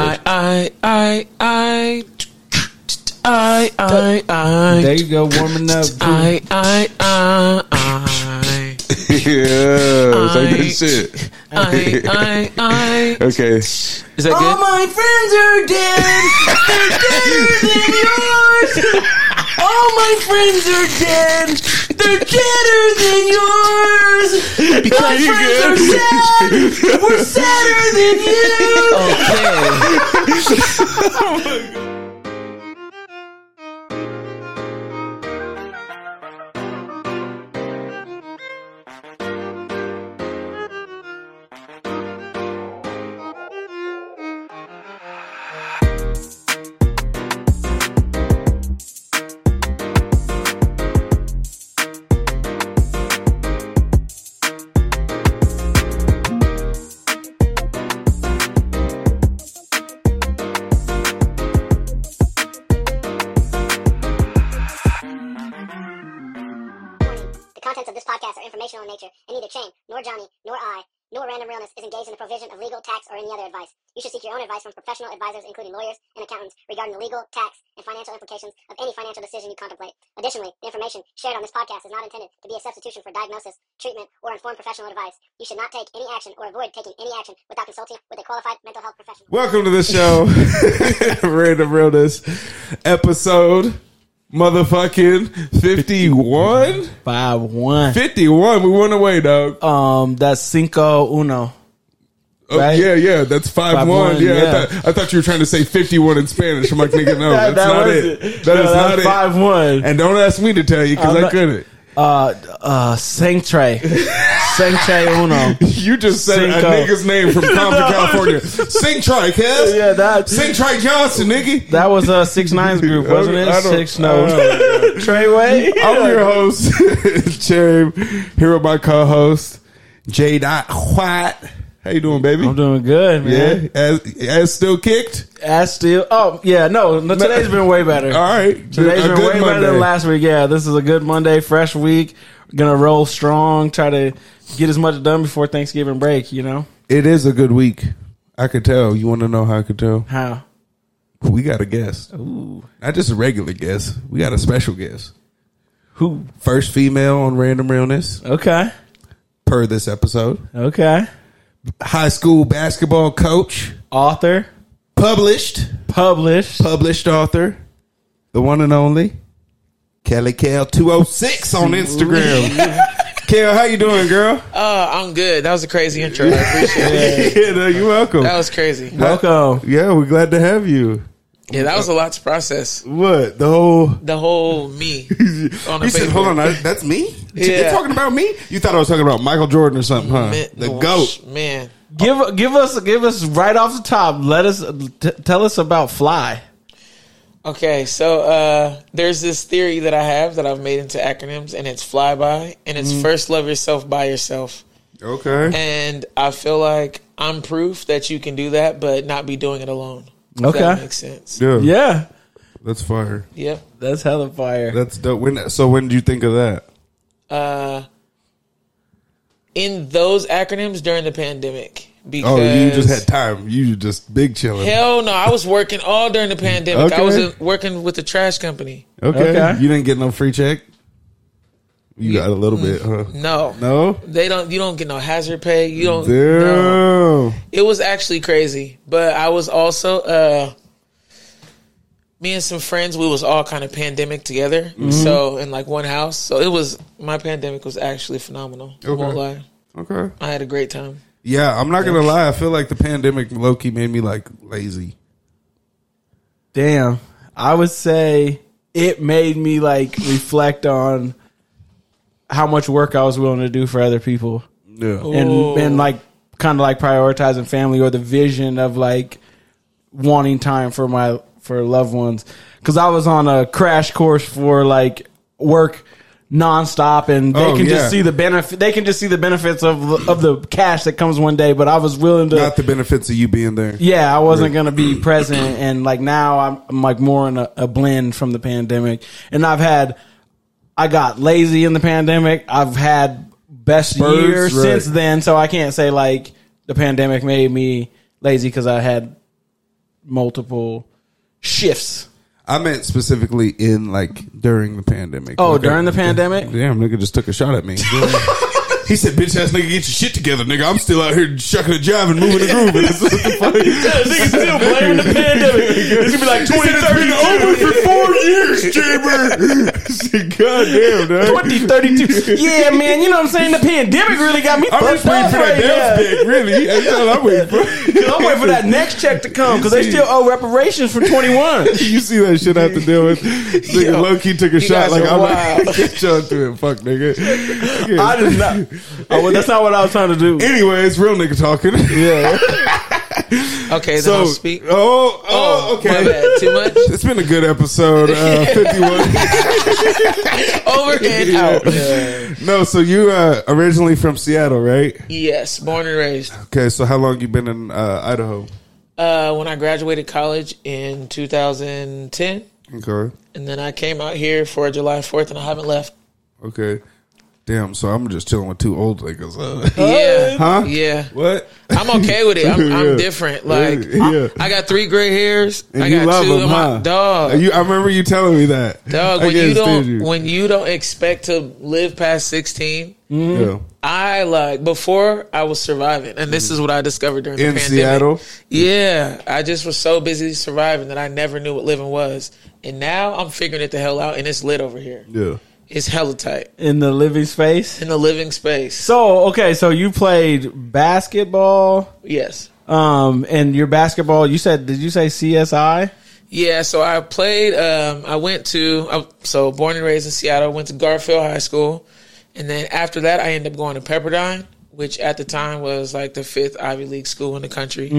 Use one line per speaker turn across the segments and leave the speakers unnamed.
I, I, I, I, I, I, I.
There you go, warming up.
I, I, I, I,
yeah, it's like
I-
this shit.
I, I, I.
Okay.
Is that
All
good?
my friends are dead. They're deader than yours. All my friends are dead. They're deader than yours. my
you
friends
good?
are sad. We're sadder than you.
Okay.
Warning. The contents of this podcast are informational in nature, and neither Chain, nor Johnny, nor I, nor Random Realness is engaged in the provision of legal, tax, or any other advice. You should seek your own advice from professional advisors, including lawyers and accountants, regarding the legal, tax, and financial implications of any financial decision you contemplate. Additionally, the information shared on this podcast is not intended to be a substitution for diagnosis, treatment, or informed professional advice. You should not take any action or avoid taking any action without consulting with a qualified mental health professional.
Welcome to the show, Random Realness, episode motherfucking 51.
Five one.
51, we won away, dog.
Um, that's cinco uno.
Oh,
right?
Yeah, yeah, that's 5,
Five
1.
one,
Yeah, I,
yeah.
thought, I thought you were trying to say 51 in Spanish. I'm like, nigga, no, that's not it. That is
No, that's
not it.
Five one.
And don't ask me to tell you because
I'm
I
not-
couldn't.
uh, uh, Sanctre, Sanctre uno.
You just said a
Cinco.
nigga's name from Compton, California. Sing Tri, cuz.
Yeah, that-
Sing Tri Johnson, nigga.
That was uh six nines group, wasn't it?
I don't-
Six no.
I
Treyway.
I'm your host, Cherry. Here with my co-host, J. Dot White. How you doing, baby?
I'm doing good, man.
yeah, as, as still kicked.
Ass still. Oh yeah, no, no. Today's been way better.
All right,
Today's
uh, A
been
good
way better
Monday.
than last week. Yeah, this is a good Monday, fresh week. Gonna roll strong. Try to get as much done before Thanksgiving break. You know
It is a good week. I could tell. You want to know how I could tell?
how?
We got a guest. Not just a regular guest. We got a special guest.
Who?
First female on Random Realness
Okay.
per this episode.
Okay.
High school basketball coach,
Author,
published,
published.
published author, the one and only Kelly Cal two oh six on Instagram. Kel, how you doing, girl?
Uh, I'm good. That was a crazy intro. I appreciate it.
yeah, no, you're welcome.
That was crazy.
Welcome.
yeah, we're glad to have you.
Yeah, that was a lot to process.
What the whole?
The whole me. On the
You said,
paper.
"Hold on, I- that's me."
Yeah.
You're talking about me? You thought I was talking about Michael Jordan or something, huh?
Man,
the
oh,
goat.
sh- Man.
Give give us give us right off the top. Let us t- tell us about Fly.
Okay, so uh, there's this theory that I have that I've made into acronyms, and it's flyby, and it's first love yourself by yourself.
Okay.
And I feel like I'm proof that you can do that, but not be doing it alone. If that
Okay.
makes sense.
Yeah,
Yeah,
that's fire.
Yep.
that's hella fire.
That's dope. When? So when did you think of that?
Uh, in those acronyms during the pandemic, because
Oh, you just had time. You just big chilling.
hell no, I was working all during the pandemic. I
Okay.
was uh, working with the trash company.
Okay.
Okay.
You didn't get no free check? You got a little bit, huh?
No,
No?
they don't. You don't get no hazard pay. You don't.
Damn.
no. it was actually crazy but i was also uh me and some friends we was all kind of pandemic together
Mm-hmm.
so in like one house so it was my pandemic was actually phenomenal I won't
Okay.
lie.
Okay.
i had a great time
Yeah, I'm not gonna lie. I feel like the pandemic low key made me like lazy.
Damn, I would say it made me like reflect on how much work I was willing to do for other people,
Yeah.
and
Ooh.
and like kind of like prioritizing family or the vision of like wanting time for my for loved ones. Because I was on a crash course for like work nonstop, and they
Oh,
can
yeah.
just see the benefit. They can just see the benefits of of the cash that comes one day. But I was willing to
Not the benefits of you being there.
yeah, I wasn't gonna be present, and like now I'm, I'm like more in a, a blend from the pandemic, and I've had, I got lazy in the pandemic. I've had best
Birds,
year
right.
since then, so I can't say like the pandemic made me lazy because I had multiple shifts.
I meant specifically in like during the pandemic.
Oh,
Okay.
during the pandemic?
Damn, nigga just took a shot at me. he said, "Bitch ass nigga, get your shit together, nigga. I'm still out here shucking a job and moving the groove." And it's- what the fuck?
Niggas still blaming the pandemic. It's gonna be like
He said, It's been over for four years, Chamber. I said, God damn, dog.
20, 32. Yeah, man, you know what I'm saying? The pandemic really got me
I'm
fucked
just waiting
up
for
right
that
now.
bounce back, really. That's all I'm waiting for.
'Cause I'm waiting for that next check to come because they still owe reparations for 21.
You see that shit I have to deal with. Nigga,
Yo,
low key took a shot.
guys
Like,
are
I'm
wild.
like, get y'all through it. Fuck, nigga. Yeah.
I did not. I, Oh, well, that's not what I was trying to do.
Anyways, real nigga talking.
Yeah.
Okay, then
So,
I'll speak.
oh, oh,
My
okay.
bad. Too much.
It's been a good episode. Uh, 51.
Over and out.
no, so you uh, originally from Seattle, right?
Yes, born and raised.
Okay, so how long you been in uh, Idaho?
Uh, when I graduated college in 2010,
Okay.
and then I came out here for July 4th, and I haven't left.
Okay. Damn, so I'm just chilling with two old niggas. Uh,
Yeah,
Huh?
yeah.
what?
I'm okay with it. I'm, I'm
Yeah.
different. Like
Yeah.
I got three gray hairs.
And
I
you
got
love
two.
them,
of
huh?
my dog.
You, I remember you telling me that.
Dog,
I
when you
can't stand
don't when you don't expect to live past 16,
Yeah.
I like before I was surviving, and this is what I discovered during the
in
pandemic.
Seattle.
Yeah, I just was so busy surviving that I never knew what living was, and now I'm figuring it the hell out, and it's lit over here.
Yeah.
It's hella tight
In the living space.
in the living space.
So, okay, so you played basketball.
Yes,
Um, and your basketball, you said, did you say CSI?
yeah. So I played. Um, I went to I, so born and raised in Seattle. Went to Garfield High School, and then after that, I ended up going to Pepperdine, which at the time was like the fifth Ivy League school in the country.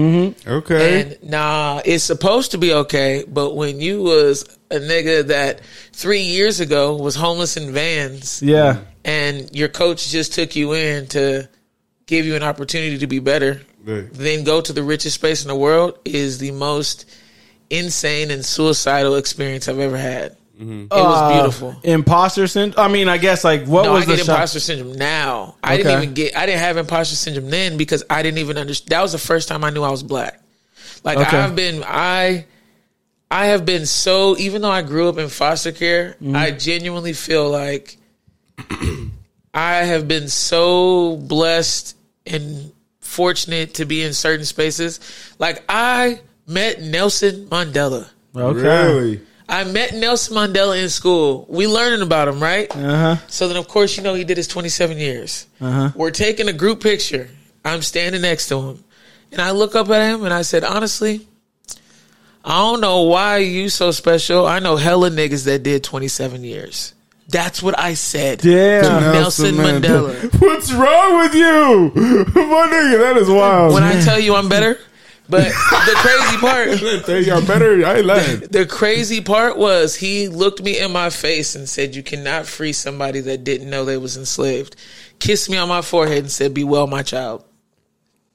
Okay.
And nah, it's supposed to be okay, but when you was a nigga that three years ago was homeless in vans
Yeah.
and your coach just took you in to give you an opportunity to be better,
Right.
then go to the richest space in the world is the most insane and suicidal experience I've ever had. It
Ah.
was beautiful.
Uh, Imposter syndrome. I mean, I guess like what
No, I
was the
get
shot?
imposter syndrome now. I
Okay.
didn't even get. I didn't have imposter syndrome then because I didn't even understand. That was the first time I knew I was black. Like
Okay.
I've been. I. I have been so. Even though I grew up in foster care,
Mm-hmm.
I genuinely feel like I have been so blessed and fortunate to be in certain spaces. Like I met Nelson Mandela.
Okay.
Really?
I met Nelson Mandela in school. We learning about him, right?
Uh huh.
So then, of course, you know he did his 27 years. We're taking a group picture. I'm standing next to him, and I look up at him and I said, honestly, I don't know why you so special. I know hella niggas that did 27 years. That's what I said.
Yeah.
Nelson Mandela.
What's wrong with you? My nigga, that is wild.
When I tell you I'm better, but the crazy part,
Hey, y'all better. I ain't lying.
the crazy part was he looked me in my face and said, "You cannot free somebody that didn't know they was enslaved." Kissed me on my forehead and said, "Be well, my child."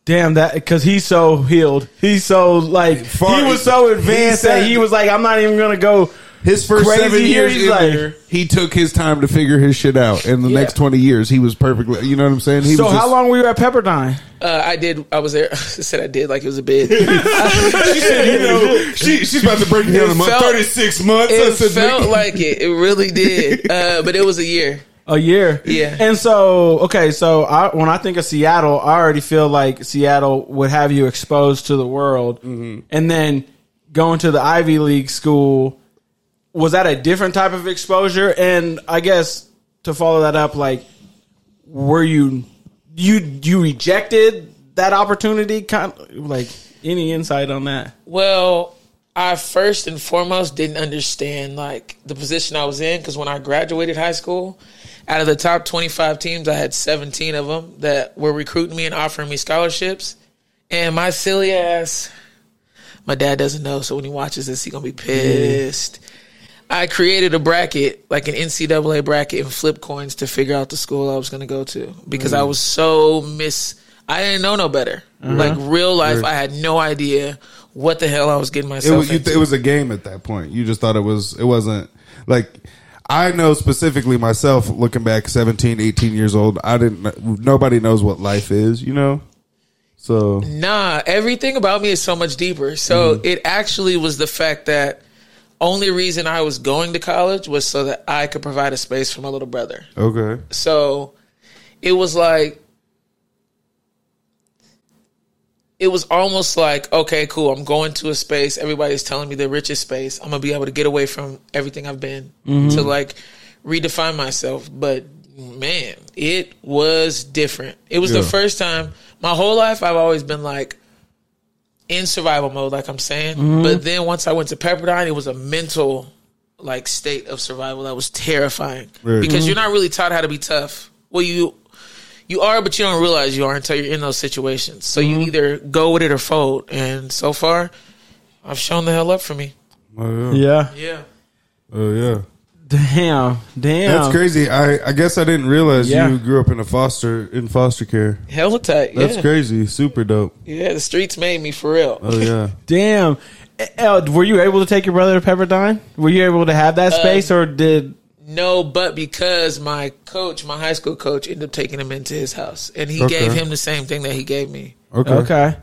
Damn that because he's so healed. He's so like
Far-
he was so advanced
he said-
that he was like, I'm not even gonna go.
His first
Crazy
seven years,
years
in
like-
there, he took his time to figure his shit out. In the
Yeah.
next twenty years, he was perfectly. You know what I'm saying? He
so
was
how
just-
long were you at Pepperdine?
Uh, I did. I was there. I said I did like it was a bid.
She said, you know, she, she's about to break it down a month.
felt-
Thirty six months. I
It
said,
felt
nigga.
like it. It really did. Uh, but it was a year.
A year.
Yeah.
And so okay, so I, when I think of Seattle, I already feel like Seattle would have you exposed to the world, and then going to the Ivy League school was that a different type of exposure? And I guess to follow that up, like were you you you rejected that opportunity? Kind like any insight on that?
Well, I first and foremost didn't understand like the position I was in because when I graduated high school, out of the top twenty-five teams, I had seventeen of them that were recruiting me and offering me scholarships, and my silly ass. My dad doesn't know, so when he watches this, he gonna be pissed. I created a bracket, like an NCAA bracket, and flip coins to figure out the school I was going to go to because
Mm.
I was so miss. I didn't know no better.
Uh-huh.
Like real life, I had no idea what the hell I was getting
it
myself
was, you
into.
th- it was a game at that point. You just thought it was. It wasn't like I know specifically myself. Looking back, 17, 18 years old, I didn't. kn- Nobody knows what life is. You know.
So
Nah, everything about me is so much deeper. So
Mm-hmm.
it actually was the fact that only reason I was going to college was so that I could provide a space for my little brother.
Okay.
So it was like it was almost like, okay, cool, I'm going to a space, everybody's telling me the richest space. I'm gonna be able to get away from everything I've been to like redefine myself. But man, it was different. It was the
Yeah.
first time my whole life I've always been like in survival mode, like I'm saying.
Mm-hmm.
But then once I went to Pepperdine, it was a mental like state of survival that was terrifying
Right.
because you're not really taught how to be tough. Well, you you are, but you don't realize you are until you're in those situations. So
Mm-hmm.
you either go with it or fold. And so far, I've shown the hell up for me.
Oh,
yeah,
yeah.
Yeah.
Oh, yeah.
damn, damn.
That's crazy. I, I guess I didn't realize
Yeah.
you grew up in a foster in foster care.
Hella tight.
That's
yeah.
crazy. Super dope.
Yeah, the streets made me for real.
Oh yeah.
Damn. El, were you able to take your brother to Pepperdine? Were you able to have
Uh,
that space, or did
No, but because my coach, my high school coach, ended up taking him into his house. And he
Okay.
gave him the same thing that he gave me.
Okay.
okay?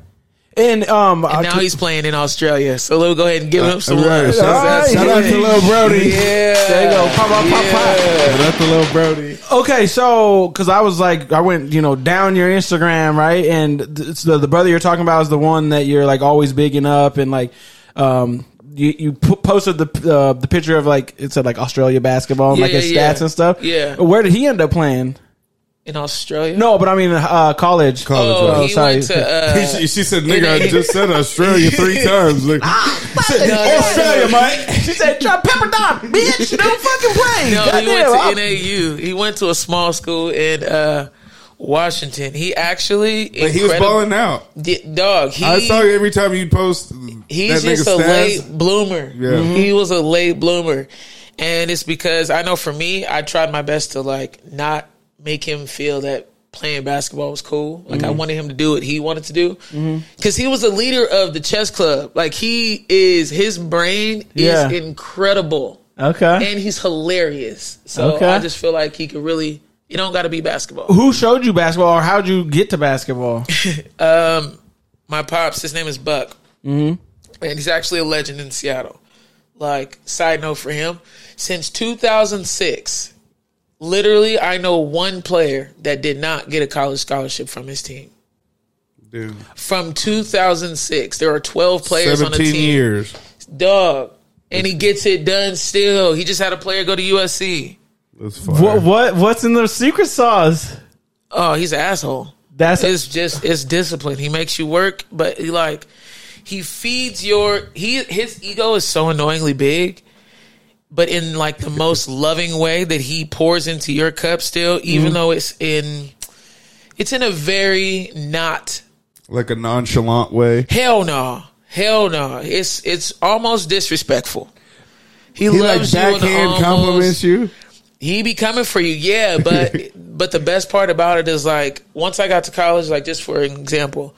And um, I-
And now he's playing in Australia. So we'll go ahead and give him some
All right.
love.
Shout, out, shout out to Lil Brody.
Yeah.
there you go. Pop, pop, pop, pop.
Shout out to Lil Brody.
Okay, so because I was like, I went, you know, down your Instagram, right? And th- it's the the brother you're talking about is the one that you're like always bigging up, and like, um, you you p- posted the uh, the picture of like it said like Australia basketball, and, like
Yeah,
his
yeah.
stats and stuff.
Yeah.
where did he end up playing?
In Australia?
No, but I mean, uh, college.
College.
Oh,
Oh,
he
sorry.
went to. Uh,
she, she said, "Nigga, I just said Australia three times." Like,
Ah, no, no,
Australia,
no.
mate.
She said, "Drop Pepperdine, bitch. Don't fucking play."
No, he
Goddamn, I'll-
went to NAU. He went to a small school in uh, Washington. He actually.
But he was balling out.
Dog, he,
I saw you every time you'd post.
he's
that
just a
nigga's stats.
late bloomer.
Mm-hmm.
He was a late bloomer. And it's because I know for me, I tried my best to like not make him feel that playing basketball was cool. Like I
Mm-hmm.
wanted him to do what he wanted to do. Cuz he was a leader of the chess club. Like he is his brain
Yeah.
is incredible.
Okay.
And he's hilarious. So
Okay.
I just feel like he could really you don't got to be basketball.
Who showed you basketball, or how'd you get to basketball?
my pops, his name is Buck,
Mm-hmm.
and he's actually a legend in Seattle. Like, side note for him, since 2006, literally, I know one player that did not get a college scholarship from his team.
Dude,
From 2006, there are 12 players on the
seventeen
team.
years.
Dog. And he gets it done still. He just had a player go to USC.
That's fire.
What what what's in the secret sauce?
Oh, he's an asshole.
That's
it's just it's discipline. He makes you work, but he like he feeds your he his ego is so annoyingly big, but in like the most loving way that he pours into your cup still, even
Mm-hmm.
though it's in it's in a very not
Like a nonchalant way.
hell no. Hell no. It's it's almost disrespectful. He,
He like
loves you and
backhand
almost,
compliments you.
he be coming for you, yeah. But but the best part about it is like once I got to college, like just for an example,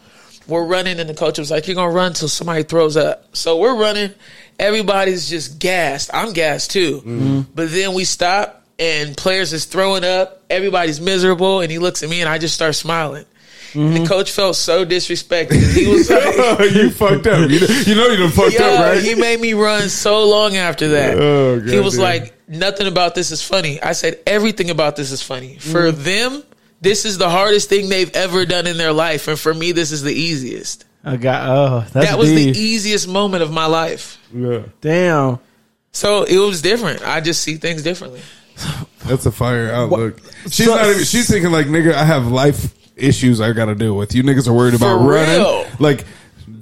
we're running and the coach was like, "You're gonna run till somebody throws up." So we're running, everybody's just gassed. I'm gassed too. But then we stop and players is throwing up. Everybody's miserable, and he looks at me and I just start smiling. And the coach felt so disrespected. He was like.
you fucked up. You know you, know you done fucked
Yo,
up, right?
he made me run so long after that.
Oh,
he was
goddamn.
like, nothing about this is funny. I said, everything about this is funny. For
Mm.
them, this is the hardest thing they've ever done in their life. And for me, this is the easiest.
I got oh that's
That was
deep.
the easiest moment of my life.
yeah.
damn.
So it was different. I just see things differently.
That's a fire outlook. She's
so-
not even. She's thinking like, nigga, I have life issues I got to deal with. You niggas are worried about
For
running.
real.
Like,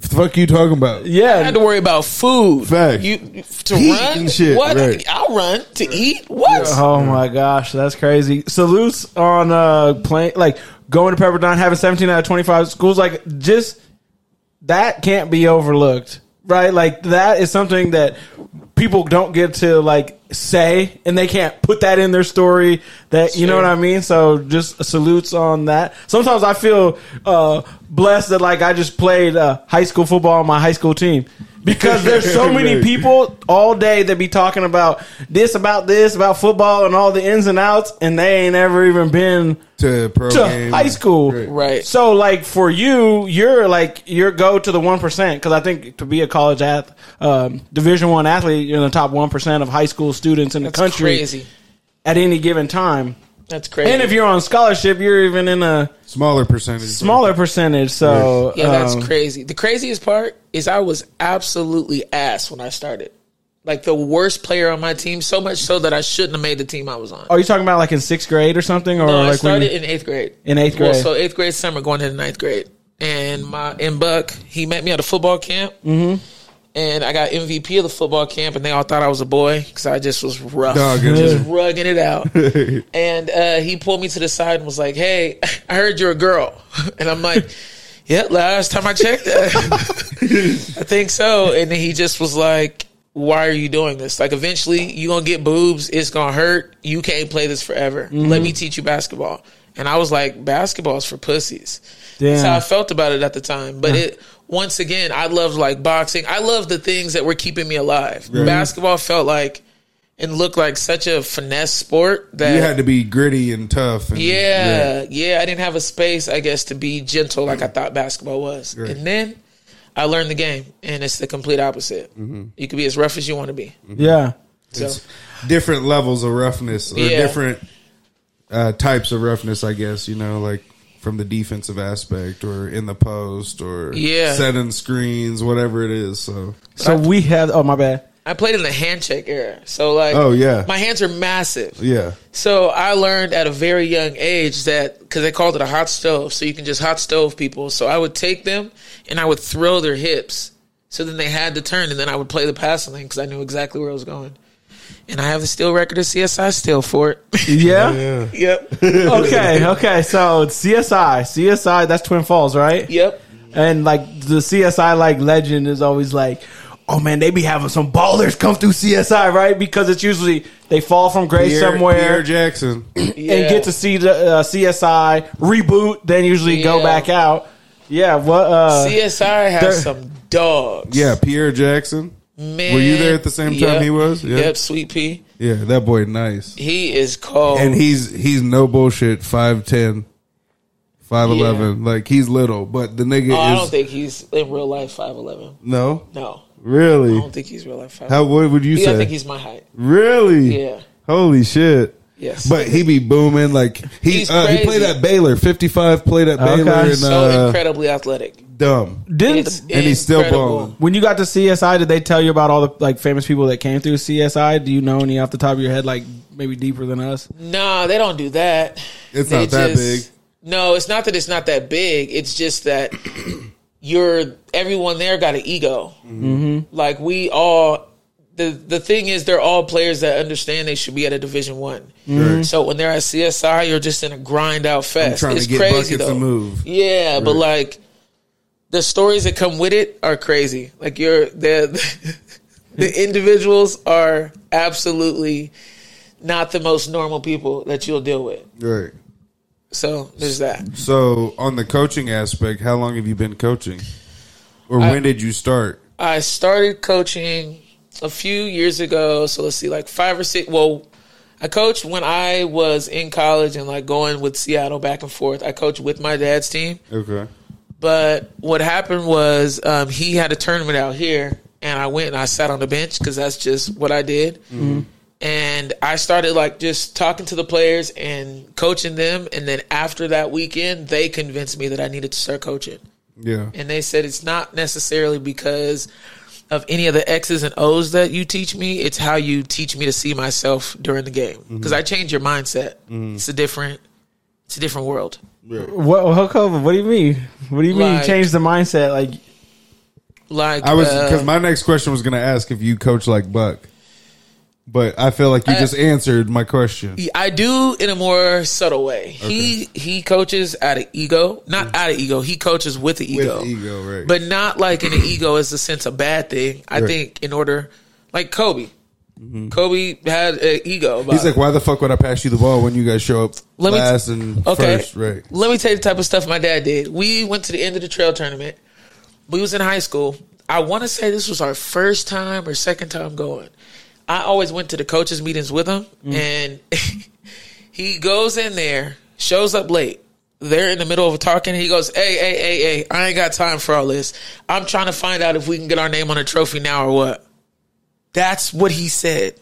fuck you talking about?
I had to
Yeah,
worry about food.
Fact.
You to
Heat
run?
and shit,
what?
right.
I'll run to eat. What?
Oh my gosh, that's crazy. Salutes on uh playing like going to Pepperdine, having seventeen out of twenty five schools. Like just that can't be overlooked, right? Like that is something that people don't get to like say and they can't put that in their story that you know
Sure.
what I mean so just salutes on that sometimes I feel uh blessed that like I just played uh, high school football on my high school team because there's so many
Right.
people all day that be talking about this about this about football and all the ins and outs and they ain't ever even been
to pro
to
game.
high school.
Right.
So like for you, you're like your go to the one percent because I think to be a college ath um, Division one athlete, you're in the top one percent of high school students in
That's
the country
crazy.
at any given time.
That's crazy.
And if you're on scholarship, you're even in a
Smaller percentage.
smaller percentage. So
yeah, that's
um,
crazy. The craziest part is I was absolutely ass when I started. Like the worst player on my team, so much so that I shouldn't have made the team I was on.
Are you talking about like in sixth grade or something, or
No,
Oh, like
I
when you-
started in eighth grade.
in eighth
Well,
grade?
so eighth grade summer going into ninth grade, and my and Buck he met me at a football camp, mm-hmm. and I got MVP of the football camp, and they all thought I was a boy because I just was rough,
Dog,
just
yeah.
rugging it out. and uh, he pulled me to the side and was like, "Hey, I heard you're a girl," and I'm like. Yeah, last time I checked, uh, I think so. And then he just was like, "Why are you doing this? Like, eventually you gonna get boobs. It's gonna hurt. You can't play this forever. Let me teach you basketball." And I was like, "Basketball's for pussies." That's
Damn.
how I felt about it at the time. But it once again, I loved like boxing. I loved the things that were keeping me alive. Basketball felt like and looked like such a finesse sport that
You had to be gritty and tough. And,
yeah, yeah. I didn't have a space, I guess, to be gentle like I thought basketball was.
Right.
And then I learned the game, and it's the complete opposite.
Mm-hmm.
You can be as rough as you want to be.
yeah.
So
It's different levels of roughness or
Yeah.
different uh, types of roughness, I guess, you know, like from the defensive aspect or in the post or
Yeah.
setting screens, whatever it is. So
So we have. Oh my bad.
I played in the handshake era, so like,
Oh, yeah.
my hands are massive.
yeah.
So I learned at a very young age that because they called it a hot stove, so you can just hot stove people. So I would take them and I would throw their hips. So then they had to turn, and then I would play the passing lane because I knew exactly where I was going. And I have the steel record of CSI still for it.
Yeah.
yep.
okay. Okay. So CSI, CSI. That's Twin Falls, right?
Yep.
And like the CSI like legend is always like, oh man, they be having some ballers come through CSI, right? Because it's usually they fall from grace
Pierre- Pierre
somewhere
Jackson.
Yeah.
and get to see the uh, CSI reboot, then usually go
Yeah.
back out. Yeah, what? Uh,
CSI has
They're-
some dogs.
yeah, Pierre Jackson.
Man.
Were you there at the same time
Yep.
he was? Yeah.
Yep, Sweet Pea.
Yeah, that boy nice.
He is cold.
And he's he's no bullshit 5'10, 5'11. Like he's little, but the nigga
oh, I
is
don't think he's in real life five eleven.
No.
No. I
Really?
don't think he's real life five
How
eleven.
what would you
Yeah,
say?
I think he's my height.
Really?
Yeah.
Holy shit.
Yes.
But he be booming like he
He's
uh, he
crazy.
played at Baylor, fifty five played at Baylor
Okay.
and
so
uh,
incredibly athletic.
dumb.
didn't
It's
And he's still
incredible.
balling.
when you got to CSI, did they tell you about all the like famous people that came through CSI? Do you know any off the top of your head, like maybe deeper than us?
No, they don't do that.
It's
They
not that
big. No, it's not that it's not that big. It's just that you're everyone there got an ego.
Mm-hmm.
Like we all the the thing is they're all players that understand they should be at a division one.
Right.
So when they're at CSI, you're just in a grind out fest.
trying to
it's
get
crazy
buckets
though.
to move.
Yeah, but like the stories that come with it are crazy. Like you're the the individuals are absolutely not the most normal people that you'll deal with.
Right.
So there's that.
So on the coaching aspect, how long have you been coaching? Or when did you start?
I started coaching a few years ago. So let's see, like five or six. Well, I coached when I was in college and like going with Seattle back and forth. I coached with my dad's team.
Okay.
But what happened was um, he had a tournament out here, and I went and I sat on the bench because that's just what I did. And I started like just talking to the players and coaching them. And then after that weekend, they convinced me that I needed to start coaching.
Yeah.
And they said it's not necessarily because of any of the X's and O's that you teach me. It's how you teach me to see myself during the game
Mm-hmm.
because I change your mindset. It's a different, it's a different world.
What? How come? What do you mean? What do you mean?
Like-
change the mindset? Like
Like
I was
uh,
because my next question was going to ask if you coach like Buck, but I feel like you
Uh,
just answered my question.
I do in a more subtle way. He he coaches out of ego, not out of ego. He coaches with the
Mm-hmm.
ego,
With ego, right?
but not like in an ego is a sense of bad thing. I
Right. Mm-hmm.
think in order, like Kobe, Kobe had an ego. About
He's
it.
like, why the fuck would I pass you the ball when you guys show up
Let me t-
last and
okay.
Mm-hmm.
Mm-hmm.
first? Right.
Let me tell you the type of stuff my dad did. We went to the end of the trail tournament. We was in high school. I want to say this was our first time or second time going. I always went to the coaches meetings with him,
Mm.
and he goes in there, shows up late. They're in the middle of talking. He goes, "Hey, hey, hey, hey! I ain't got time for all this. I'm trying to find out if we can get our name on a trophy now or what." That's what he said.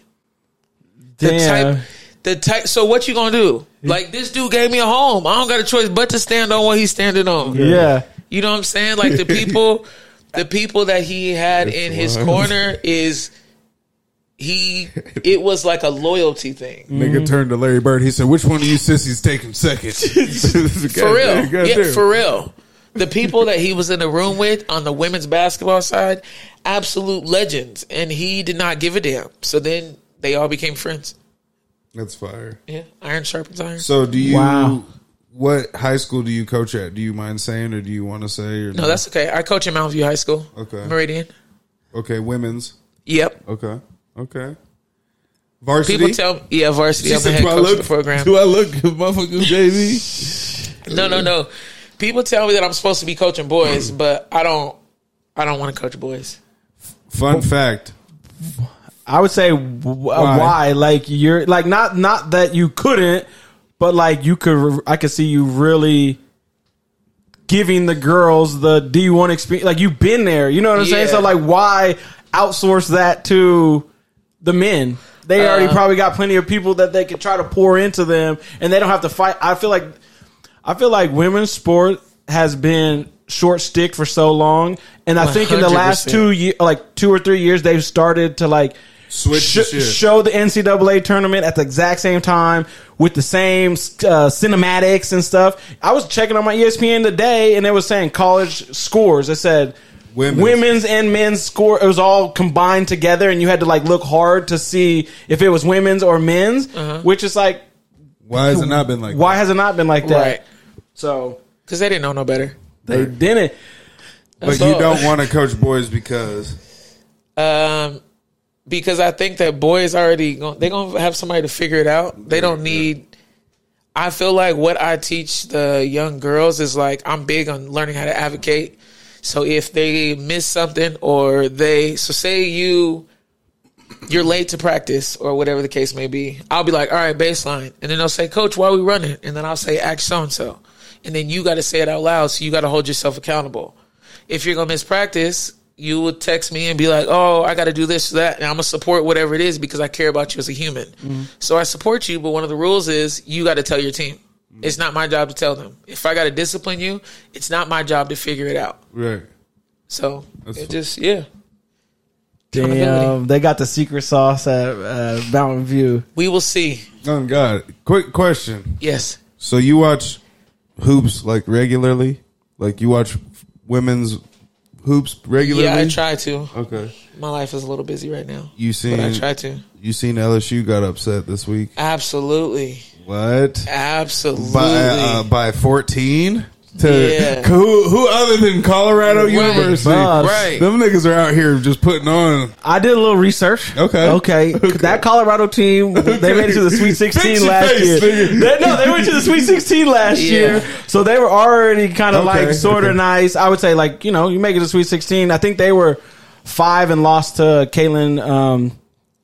The
Damn.
type, the type. So what you gonna do? Like this dude gave me a home. I don't got a choice but to stand on what he's standing on.
yeah.
You know what I'm saying? Like the people, the people that he had in his
wild.
corner is he. It was like a loyalty thing.
Nigga turned to Larry Bird. He said, which one of you sissies taking second?
For real, yeah, for real. The people that he was in the room with on the women's basketball side, absolute legends, and he did not give a damn. So then they all became friends.
That's fire.
Yeah, iron sharpens iron.
So do you,
Wow.
what high school do you coach at? Do you mind saying or do you want to say? Or
No, that's okay. I coach at Mountain View High School.
Okay.
Meridian.
Okay, women's.
Yep.
Okay. Okay. Varsity.
People tell me, yeah, varsity.
She
I'm the
said,
head
do I
coach of
look,
the program.
do I look good, motherfucking JV?
No, no, no. People tell me that I'm supposed to be coaching boys, but I don't. I don't want to coach boys.
Fun fact.
I would say w- why? why like you're like not not that you couldn't but like you could I could see you really giving the girls the D1 experience like you've been there you know what I'm saying
Yeah.
so like why outsource that to the men they already
Uh,
probably got plenty of people that they could try to pour into them and they don't have to fight I feel like I feel like women's sport has been short stick for so long and I think in the last
100%.
two year like two or three years they've started to like
Switch
Sh-
the shit.
show the NCAA tournament at the exact same time with the same uh, cinematics and stuff. I was checking on my E ESPN today, and they was saying college scores. It said
Women's.
women's. and men's score. It was all combined together, and you had to like look hard to see if it was women's or men's. Which is like,
Why has it not been like
why
that?
has it not been like that?
Right.
So
Because they didn't know no better.
they didn't.
But
That's
you
all.
don't want to coach boys because
Um, because I think that boys already gon- they gonna have somebody to figure it out. They don't need. I feel like what I teach the young girls is like I'm big on learning how to advocate. So if they miss something or they so say you you're late to practice or whatever the case may be, I'll be like, all right, baseline, and then they'll say, Coach, why are we running? And then I'll say, Act so and so, and then you got to say it out loud, so you got to hold yourself accountable if you're gonna miss practice, you would text me and be like, "Oh, I got to do this, that," and I'm gonna support whatever it is because I care about you as a human.
Mm-hmm.
So I support you, but one of the rules is you got to tell your team.
Mm-hmm.
It's not my job to tell them. If I got to discipline you, it's not my job to figure it out.
right.
So it
fine.
just yeah, Accountability.
Damn, they got the secret sauce at uh, Mountain View.
we will see.
Oh God! Quick question.
Yes,
So you watch hoops like regularly? Like you watch women's hoops regularly?
yeah, I try to.
Okay.
My life is a little busy right now,
You
but I
seen
try to.
you seen LSU got upset this week?
Absolutely,
What?
absolutely.
By uh, by fourteen. To
Yeah.
who who other than Colorado University?
Bruh.
right.
Them niggas are out here just putting on.
I did a little research.
Okay.
Okay.
Okay.
That Colorado team, they made it to the Sweet 16
Bitchy
last
face,
year.
nigga.
They- no, they went to the Sweet 16 last
Yeah.
year. So they were already kind of
Okay.
like sort of
Okay.
nice. I would say, like, you know, you make it to Sweet 16. I think they were five and lost to Caitlin. Um,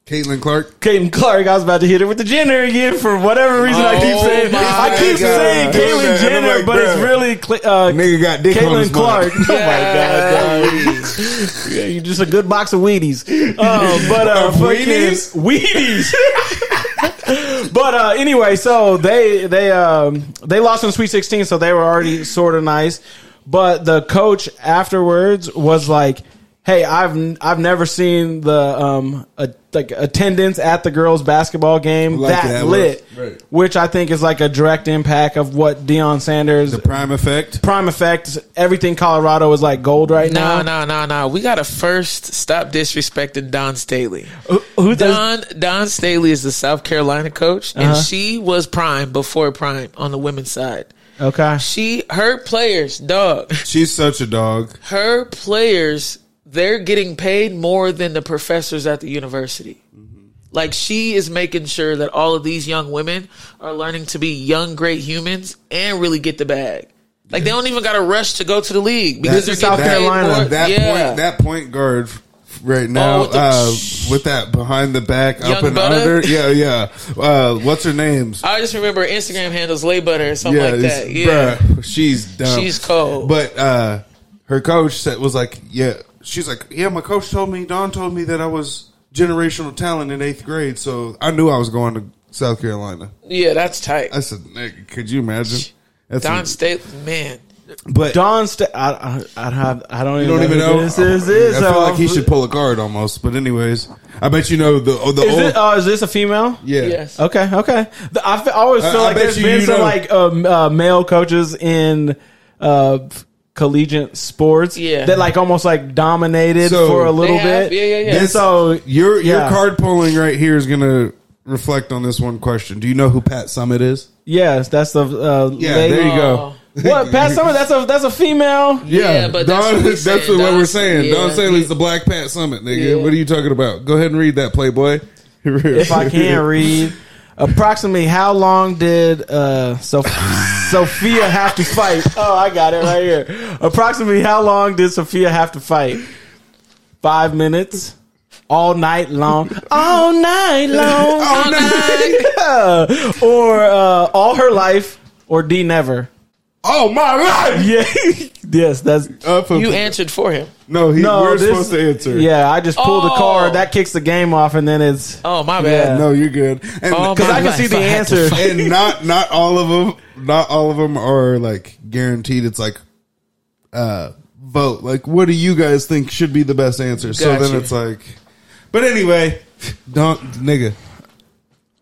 Caitlin Clark.
Caitlin Clark, I was about to hit her with the Jenner again for whatever reason. I keep
Oh
saying,
my
I keep
God.
saying
Yeah,
Caitlyn
I'm
Jenner,
like,
but it's
bruh.
really Cl- uh,
Nigga got dick on his
Caitlin
mind.
Clark. Oh my god,
Golly.
yeah, you just a good box of Wheaties. Uh, but uh,
Of
fucking-
Wheaties?
Wheaties. but uh, anyway, so they they um, they lost in Sweet Sixteen, so they were already sort of nice. But the coach afterwards was like, "Hey, I've n- I've never seen the um a, like attendance at the girls' basketball game
Like
that,
that was-
lit."
right.
Which I think is like a direct impact of what Deion Sanders
The prime effect.
prime effect. Everything Colorado is like gold right
No,
now.
no, no, no. We gotta first stop disrespecting Don Staley.
Who, who does Uh-huh.
Don Don Staley is the South Carolina coach, and she was prime before prime on the women's side.
Okay.
She her players, dog,
She's such a dog.
her
Mm-hmm.
players, they're getting paid more than the professors at the university. Like she is making sure that all of these young women are learning to be young great humans and really get the bag. Like they don't even got to rush to go to the league because
This is
they're
South
getting paid
Carolina.
more.
that
yeah. Oh,
point that point guard right now
with the-
uh, with that behind the back up
Young
and
Butter?
under yeah yeah uh, what's her name's
I just remember Instagram handles lay butter or something like
it's-
that. Yeah.
bruh, she's dumb.
She's cold.
But uh, her coach said was like, yeah, she's like, yeah, my coach told me, Don told me that I was generational talent in eighth grade, so I knew I was going to South Carolina.
Yeah, that's tight.
I said, nigga, could you imagine? That's
Don
a-
State, man.
but
Don, Sta- I, I, I have, I don't
you
even
don't even
who
know.
this is. Is,
I
so
feel like he
I'm-
should pull a guard almost. But anyways, I bet you know the oh, the
Is
old
it? Oh, is this a female?
yeah.
Yes.
Okay, okay. The- I fe- I always
I-
feel
I
like
bet
there's
you-
been
you
some
know.
like um, uh, male coaches in uh, f- collegiate sports
Yeah.
that like almost like dominated
So-
for a little
They have,
bit.
yeah, yeah, yeah.
And so
Your
Yeah.
your card pulling right here is gonna reflect on this one question. Do you know who Pat Summit is?
yes, that's the uh,
Yeah,
lady-
there you
Oh.
go.
What Pat Summer? That's a that's a female.
Yeah,
Yeah, but
Don,
that's what we're saying.
what
Don-
we're saying.
yeah.
Don Saley's the Black Pat Summit, nigga.
Yeah.
What are you talking about? Go ahead and read that, Playboy.
If I can read, approximately how long did uh, so- Sophia have to fight? Oh, I got it right here. Approximately how long did Sophia have to fight? Five minutes. All night long, all night long,
Oh, no.
or uh, all her life, or D never.
oh my life!
Yeah, yes, that's
Up of-
You answered for him.
no, he,
no.
we're
this-
supposed to answer.
Yeah, I just pulled the
Oh.
card. That kicks the game off, and then it's
Oh, my
Yeah.
bad.
No, you're good. And,
Oh,
because
my
I can
life,
see the
I had to
answer.
and not not all of them, not all of them are like guaranteed. It's like uh vote. Like, what do you guys think should be the best answer? So
Gotcha.
then it's like, but anyway, don't nigga.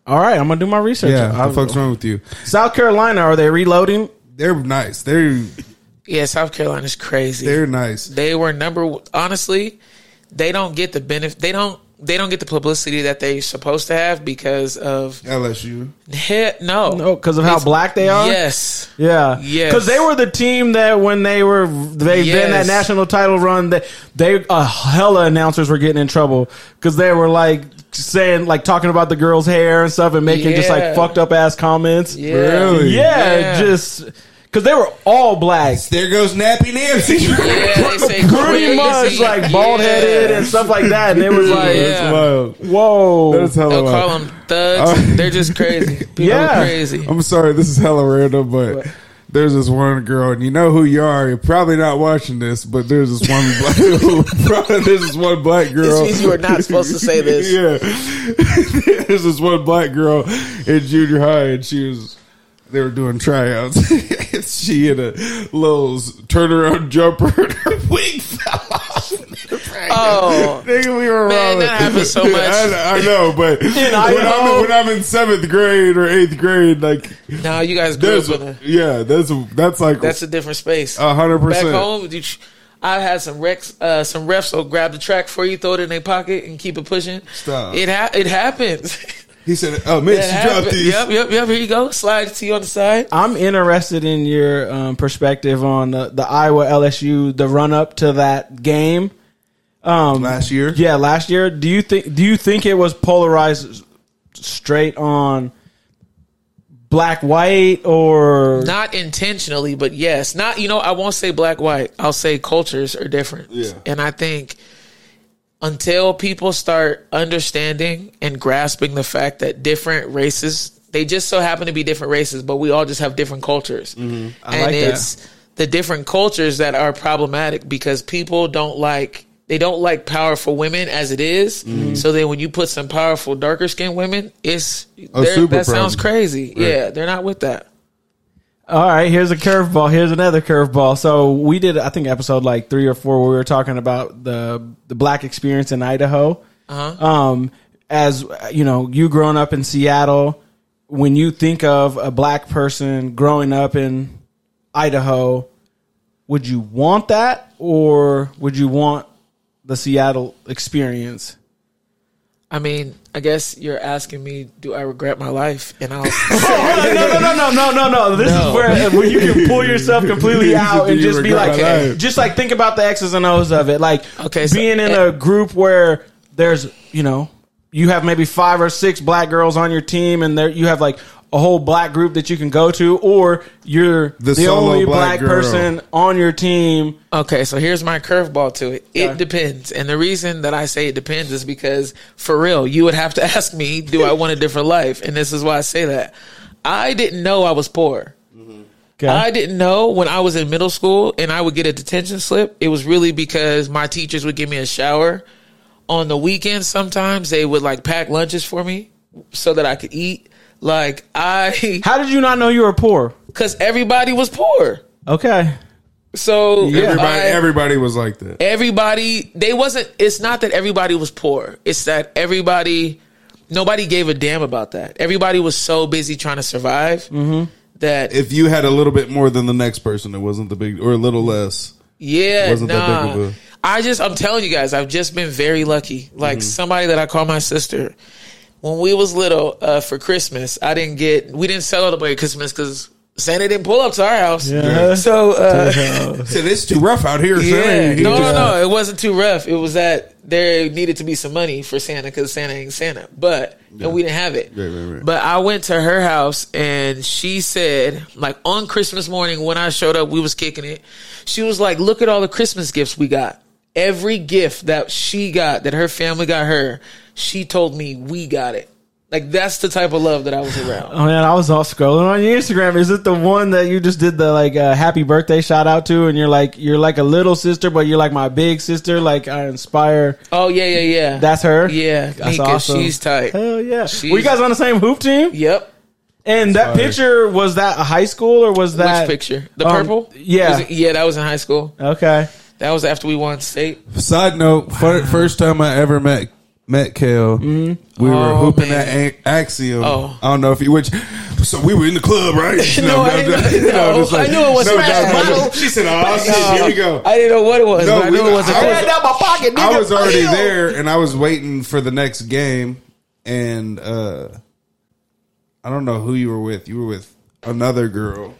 All right, I'm gonna do my research.
Yeah, what
I'm-
the fuck's wrong with you?
South Carolina, are they reloading?
They're nice. They're
Yeah, South Carolina's crazy.
they're nice.
they were number honestly they don't get the benefit they don't they don't get the publicity that they're supposed to have because of
LSU.
he- no
No, because Oh, of how black they are.
yes
yeah,
Yes.
Because they were the team that when they were they've been
Yes.
that national title run that they uh, hella announcers were getting in trouble because they were like saying like talking about the girl's hair and stuff and making just
Yeah.
like fucked up ass comments.
yeah
Really?
yeah,
Yeah.
just because they were all black.
There goes Nappy Nancy.
Yeah, they say
Pretty
crazy.
much like bald headed
Yeah.
and stuff like that, and they was like,
Yeah.
"Whoa,
That's hella
They'll
wild.
call them thugs.
Oh.
They're just crazy. People
Yeah.
are crazy.
I'm sorry, this is hella random, but there's this one girl, and you know who you are. You're probably not watching this, but there's this one black. there's this one black girl.
means you are not supposed to say this.
yeah, there's this one black girl in junior high, and she was. They were doing tryouts. And she had a little s- turnaround jumper, and her wig fell off.
Oh,
Nigga, we were
Man,
wrong.
that happens so much.
I, I know, but when,
Idaho.
I'm, when I'm in seventh grade or eighth grade, like
no, you guys grew up
there's
with a,
yeah, that's that's like
that's a different space.
a hundred
Back
Uh, percent.
home, you, I had some recs, uh, some refs will grab the track for you, throw it in their pocket, and keep it pushing.
Stop.
It ha- it happens.
He said, "Oh man,
That
she dropped
happened.
these."
Yep, yep, yep. Here you go. Slide it to you on the side.
I'm interested in your um, perspective on the, the Iowa LSU, the run up to that game. Um,
Last year,
yeah, last year. Do you think do you think it was polarized s- straight on black white or
Not intentionally, but yes. Not you know. I won't say black white. I'll say cultures are different.
Yeah.
And I think until people start understanding and grasping the fact that different races they just so happen to be different races but we all just have different cultures and
Mm-hmm.
like that.
it's the different cultures that are problematic because people don't like they don't like powerful women as it is.
Mm-hmm.
so then when you put some powerful darker skinned women it's they're- that
super
sounds
problem.
crazy yeah they're not with that
All right, here's a curveball. Here's another curveball. So we did, I think, episode like three or four where we were talking about the the black experience in Idaho. Um, as uh, you know, you growing up in Seattle, when you think of a black person growing up in Idaho, would you want that, or would you want the Seattle experience?
I mean, I guess you're asking me, do I regret my life? And I'll
no, no, no, no, no, no, no. This
No.
is where uh, where you can pull yourself completely out and
You
just be
regret
like, eh,
my life.
just like think about the X's and O's of it, like
Okay, so-
being in a group where there's you know you have maybe five or six black girls on your team, and there you have like a whole black group that you can go to, or you're the,
The solo
only black,
black girl.
person on your team.
Okay, so here's my curveball to it. It
Yeah.
depends. And the reason that I say it depends is because for real, you would have to ask me, do I want a different life? And this is why I say that. I didn't know I was poor.
Okay.
I didn't know when I was in middle school and I would get a detention slip. It was really because my teachers would give me a shower. On the weekends, sometimes they would like pack lunches for me so that I could eat. Like I,
How did you not know you were poor?
because everybody was poor.
Okay.
So
Everybody,
I-
everybody was like that.
everybody they wasn't it's not that everybody was poor it's that everybody nobody gave a damn about that everybody was so busy trying to survive that
If you had a little bit more than the next person, it wasn't the big or a little less.
yeah
wasn't that
nah.
big of a-
i just i'm telling you guys i've just been very lucky like somebody that i call my sister when we was little uh, for christmas i didn't get we didn't celebrate christmas because santa didn't pull up to our house so uh,
Said it's too rough out here. son."
Yeah.
He
No, no,
just-
no. It wasn't too rough. It was that there needed to be some money for Santa because Santa ain't Santa. But and we didn't have it.
Right, right, right.
But I went to her house and she said, like on Christmas morning when I showed up, we was kicking it. She was like, "Look at all the Christmas gifts we got. Every gift that she got, that her family got her, she told me we got it. Like that's the type of love that I was around.
Oh man, I was off scrolling on your Instagram. Is it the one that you just did the like uh, happy birthday shout out to, and you're like you're like a little sister, but you're like my big sister. Like I inspire.
Oh yeah, yeah, yeah.
That's her.
Yeah,
that's
Mika,
awesome.
she's tight.
Hell yeah.
She's-
Were you guys on the same hoop team?
Yep.
And that
Sorry.
picture was that a high school or was that
Which picture? The
um,
purple?
yeah.
Was it- yeah, that was in high school.
Okay.
That was after we won state.
Side note: fir- first time I ever met met Kale, we were
Oh,
hooping
man.
at A- Axiom.
Oh.
I don't know if you which. So we were in the club, right?
No, I didn't know- no,
just
I knew it wasn't Smash Mouth.
She said, "Oh shit, here we go."
I didn't know what it was,
No,
but I
we-
knew it wasn't.
I
I
was-
out my pocket, nigga.
I was already
Fuck you.
there, and I was waiting for the next game, and uh I don't know who you were with. You were with another girl.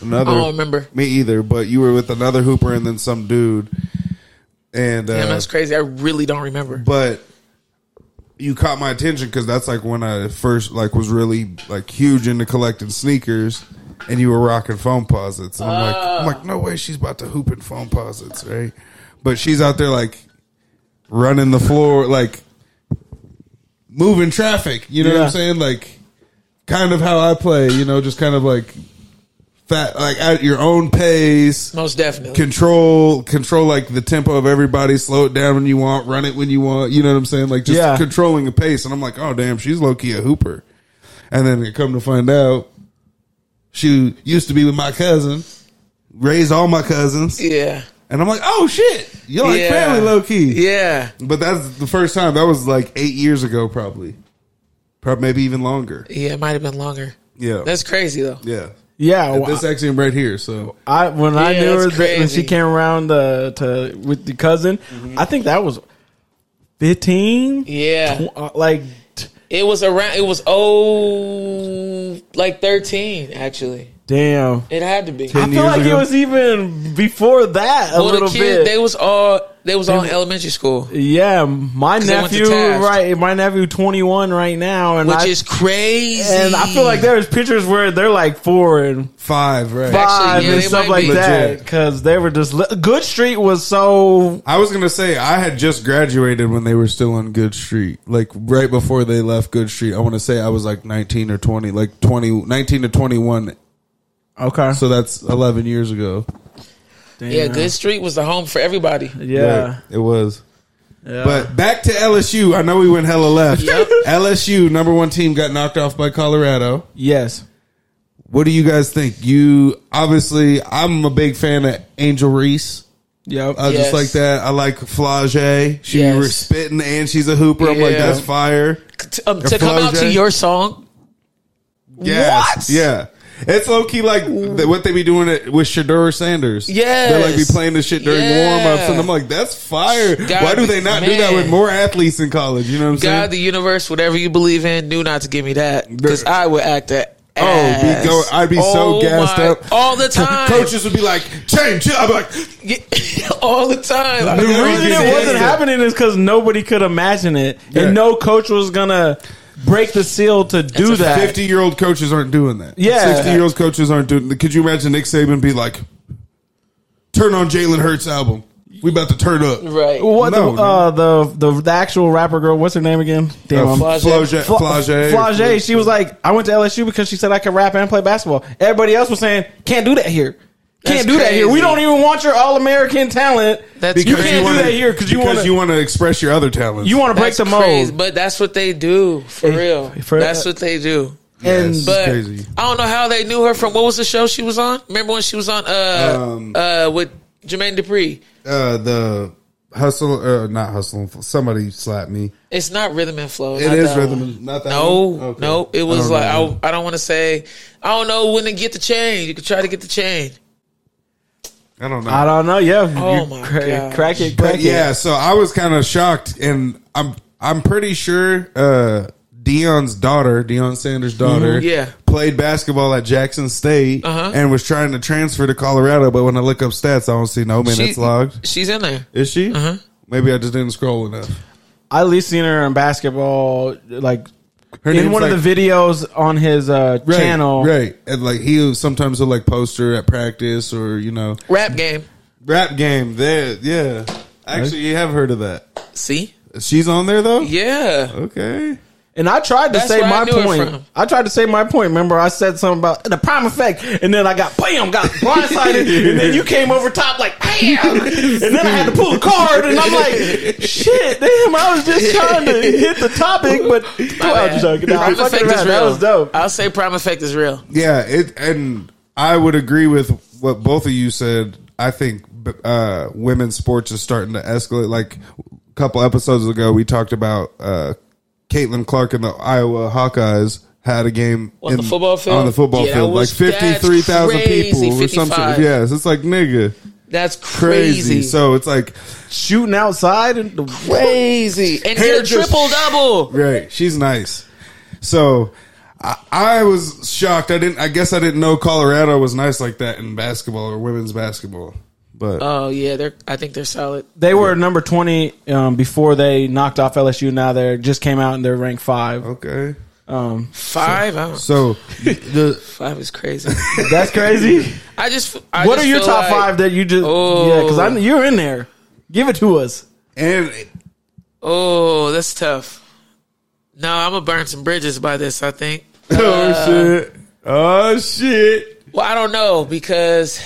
Another.
I don't remember.
me either, but you were with another hooper and then some dude, and uh,
Damn, that's crazy. I really don't remember.
but you caught my attention because that's like when I first like was really like huge into collecting sneakers, and you were rocking foam posits, and I'm like, I'm like, no way, she's about to hoop in foam posits, right? But she's out there like running the floor, like moving traffic. You know what
Yeah.
I'm saying? Like kind of how I play. You know, just kind of like fat, like at your own pace
Most definitely.
control control like the tempo of everybody slow it down when you want run it when you want you know what i'm saying like just
Yeah.
controlling the pace and i'm like oh damn she's low-key a hooper and then I come to find out she used to be with my cousin raised all my cousins
yeah.
and i'm like oh shit you're like
Yeah.
family low-key
Yeah.
but that's the first time that was like eight years ago probably probably maybe even longer
Yeah, it might have been longer.
yeah
That's Oh, crazy, though.
yeah
Yeah.
At
well,
this axiom right here so
I when I
Yeah,
knew
that's
her that when
crazy. Mm-hmm.
she came around uh, to with the cousin, I think that was fifteen.
Yeah.
Uh, Like t-
It was around, it was, oh, like 13, actually.
damn.
It had to be.
I
Ten
feel
years
like
ago?
it was even before that a
well, the
little
kid,
bit.
they was all, they was all in elementary school,
yeah, my
they went to
nephew
Taft.
right, my nephew twenty one right now, and
which
I
is crazy.
and I feel like there's pictures where they're like four and
five right
five
yeah,
and
they
stuff
might
like
be.
that
Legit.
because they were just li- Good Street was so
I was gonna say I had just graduated when they were still on Good Street, like right before they left Good Street. I want to say I was like nineteen or twenty, like 20, 19 to twenty one.
okay.
So that's eleven years ago.
yeah, Good Street was the home for everybody.
yeah,
Right. it was.
yeah.
But back to LSU. I know we went hella left.
Yep.
LSU number one team got knocked off by Colorado.
yes,
What do you guys think? You obviously, I'm a big fan of Angel Reese.
yep.
I
Yes.
just like that. I like Flage. She
Yes.
was spitting and she's a hooper. I'm like,
Yeah.
that's fire.
To, um, to come out to
Flau'jae?
your song,
Yes.
What?
Yeah. It's low key like th- what they be doing it with Shador Sanders.
Yes.
They like be playing this shit during
Yeah.
warm ups. And I'm like, that's fire.
God,
Why do they not do that
man.
with more athletes in college? You know what I'm
God, the
saying?
universe, whatever you believe in, knew not to give me that because I would act that ass.
Oh, be go! I'd be so
Oh
gassed
my-
up
all the time.
Coaches would be like, "Change it." I'd be like,
Yeah, all the time. Like,
The
The
Everyone
reason
gets
it wasn't
angry.
happening is because nobody could imagine it,
Yeah.
and no coach was gonna break the seal to do that.
Fifty-year-old coaches aren't doing that.
Yeah.
sixty-year-old coaches aren't doing. Could you imagine Nick Saban be like, "Turn on Jalen Hurts' album. We about to turn up."
right.
What
No,
the, uh, the the the actual rapper girl? What's her name again? Damn,
Uh,
I'm-
Flage.
Flage-
Fla-
Flage.
Flage, She was like, I went to LSU because she said I could rap and play basketball. Everybody else was saying, can't do that here. Can't
That's
do that here. We
crazy.
don't even want your all American talent.
That's
you
crazy.
can't do
wanna-
that here because you want
because you
to
want to express your other talents.
you want to break
That's
the mold.
crazy, but that's what they do for real.
for-
that's what they do.
and
Yes.
But
crazy.
I don't know how they knew her from what was the show she was on. Remember when she was on uh
Um,
uh with Jermaine Dupri?
uh, the hustle, uh, not hustling. Somebody slapped me.
It's not rhythm and flow.
It
not
is
that
rhythm.
one.
and- Not that
No,
one? Okay.
no. It was
don't
like
know.
I, I don't want to say. I don't know when to get the change. You could try to get the change.
I don't know.
I don't know. Yeah.
Oh
You
my
cra-
gosh.
Crack it, crack it.
but yeah, so I was kind of shocked, and I'm I'm pretty sure uh, Dion's daughter, Dion Sanders' daughter,
Mm-hmm, Yeah.
played basketball at Jackson State
Uh-huh.
and was trying to transfer to Colorado. But when I look up stats, I don't see no minutes logged.
She's in there.
Is she?
Uh-huh.
Maybe I just didn't scroll enough.
I at least seen her in basketball, like
Her
in
name's
one
like-
of the videos on his uh,
Right,
channel.
right? And like he sometimes he'll like post her at practice or you know
Rap game.
rap game. There, yeah. Actually, you have heard of that.
See?
She's on there though.
Yeah.
Okay.
And I tried to
That's
say
where I
my
knew it
point.
from.
I tried to say my point. Remember, I said something about the prime effect, and then I got bam, got blindsided, and then you came over top like bam, and then I had to pull a card, and I'm like, shit, damn, I was just trying to hit the topic, but go out
Bad.
your joke. Nah, I'm
Prime Effect
fucking
is
around. That
real.
was dope.
I'll say Prime Effect is real.
Yeah, it and I would agree with what both of you said. I think b- uh, women's sports is starting to escalate. Like a couple episodes ago, we talked about uh, Caitlin Clark and the Iowa Hawkeyes had a game
On the football field?
on the football
Yeah,
field,
that
like
was- that's
fifty three thousand
crazy,
people or something.
55.
Yes, it's like nigga
That's
crazy.
crazy.
So it's like
Shooting outside and the
crazy. And
Hair
hit a
just-
triple double.
Right. She's nice. So I, I was shocked. I didn't. I guess I didn't know Colorado was nice like that in basketball or women's basketball. But
Oh yeah, they're. I think they're solid.
they were number twenty um, before they knocked off LSU. Now they just came out and they're ranked five.
okay.
Five. I don't,
So the
five is crazy.
That's crazy.
I just. I
what
just
are your
feel
top
like-
five that you just?
Oh.
Yeah, because I you're in there. Give it to us.
and
Oh, that's tough. No, I'm gonna burn some bridges by this. I think. Uh.
oh shit. Oh shit.
Well, I don't know because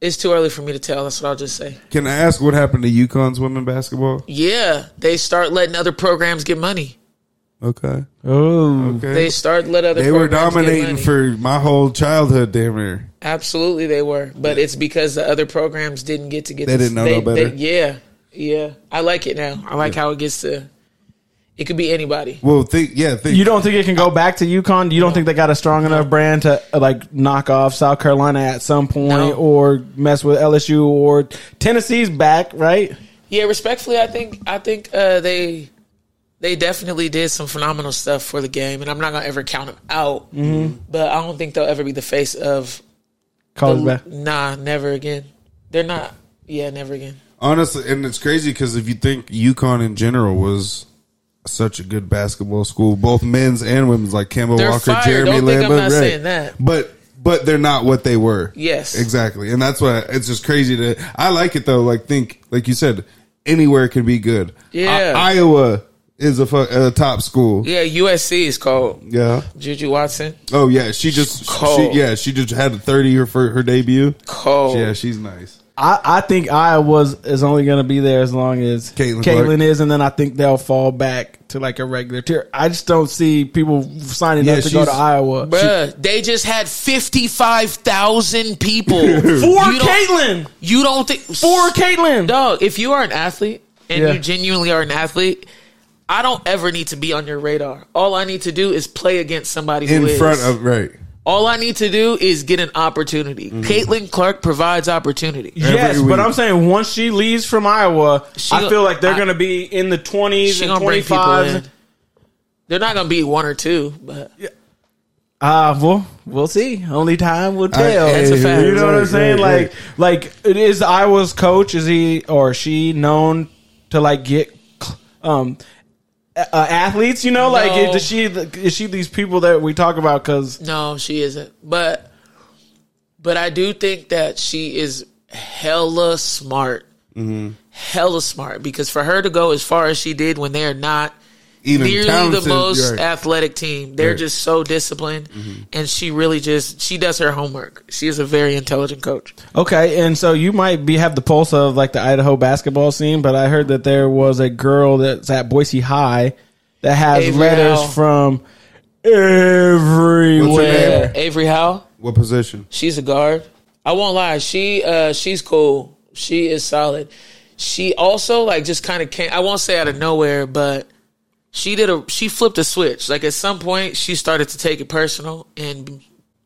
it's too early for me to tell. That's what I'll just say.
Can I ask what happened to UConn's women basketball?
Yeah, they start letting other programs get money.
Okay.
Oh,
Okay.
They start let other.
They were
programs get
dominating
money.
for my whole childhood, damn near.
Absolutely, they were, but it's because the other programs didn't get to get.
They
this-
didn't know no better.
yeah, yeah. I like it now. I like how it gets to. It could be anybody.
Well, think yeah, think
you don't think it can go back to UConn? You don't think they got a strong enough brand to uh, like knock off South Carolina at some point,
No.
or mess with LSU or Tennessee's back, right?
Yeah, respectfully, I think I think uh, they they definitely did some phenomenal stuff for the game, and I'm not gonna ever count them out.
Mm-hmm.
But I don't think they'll ever be the face of.
College back.
Nah, never again. They're not. Yeah, never again.
Honestly, and it's crazy because if you think UConn in general was such a good basketball school, both men's and women's, like Kemba
They're
Walker,
fire.
Jeremy
Don't
Lambert,
think I'm not
right.
saying that.
but but they're not what they were.
Yes.
exactly, and that's why it's just crazy to. I like it though. Like think, like you said, anywhere can be good.
Yeah.
I- Iowa is a, fu- a top school.
Yeah, USC is called
Yeah.
Juju Watson.
Oh yeah, she just she,
Cold.
yeah she just had a thirty her for her debut.
Cold.
Yeah, she's nice.
I, I think Iowa's is only going to be there as long as
Caitlin
Caitlin,
Clark.
is, and then I think they'll fall back to like a regular tier. I just don't see people signing
Yeah,
up to go
she's-
to Iowa
Bruh, they just had 55,000 people.
for
you don't-
Caitlin.
You don't think.
For Caitlin,
Dog, if you are an athlete and
Yeah.
you genuinely are an athlete, I don't ever need to be on your radar. All I need to do is play against somebody
In
who is.
front of right.
All I need to do is get an opportunity.
Mm-hmm.
Caitlin Clark provides opportunity.
Yes,
week.
but I'm saying once she leaves from Iowa,
She
I
go-
feel like they're
I-
going to be in the 20s
She
and
gonna bring people in.
25s.
They're not gonna be one or two, but
Ah, well, we'll see. Only time will tell.
That's a fact.
You know what I'm
Right,
saying?
right,
Like, like it is Iowa's coach. Is he or she known to like get um a- uh, athletes? You know, like
No.
is she is she these people that we talk about? Because
No, she isn't. But but I do think that she is hella smart.
Mm-hmm.
Hella smart because for her to go as far as she did when they're not
Even
nearly
talented,
the most
you're-
athletic team, they're
Right. Mm-hmm.
just so disciplined, and she really just she does her homework. She is a very intelligent coach.
okay, and so you might be have the pulse of like the Idaho basketball scene, but I heard that there was a girl that's at Boise High that has
Avery
letters
Howell.
from
name?
everywhere.
Uh, Avery Howe,
what position?
She's a guard. I won't lie. She uh she's cool. She is solid. She also like just kind of came. I won't say out of nowhere, but she did a she flipped a switch. Like at some point, she started to take it personal and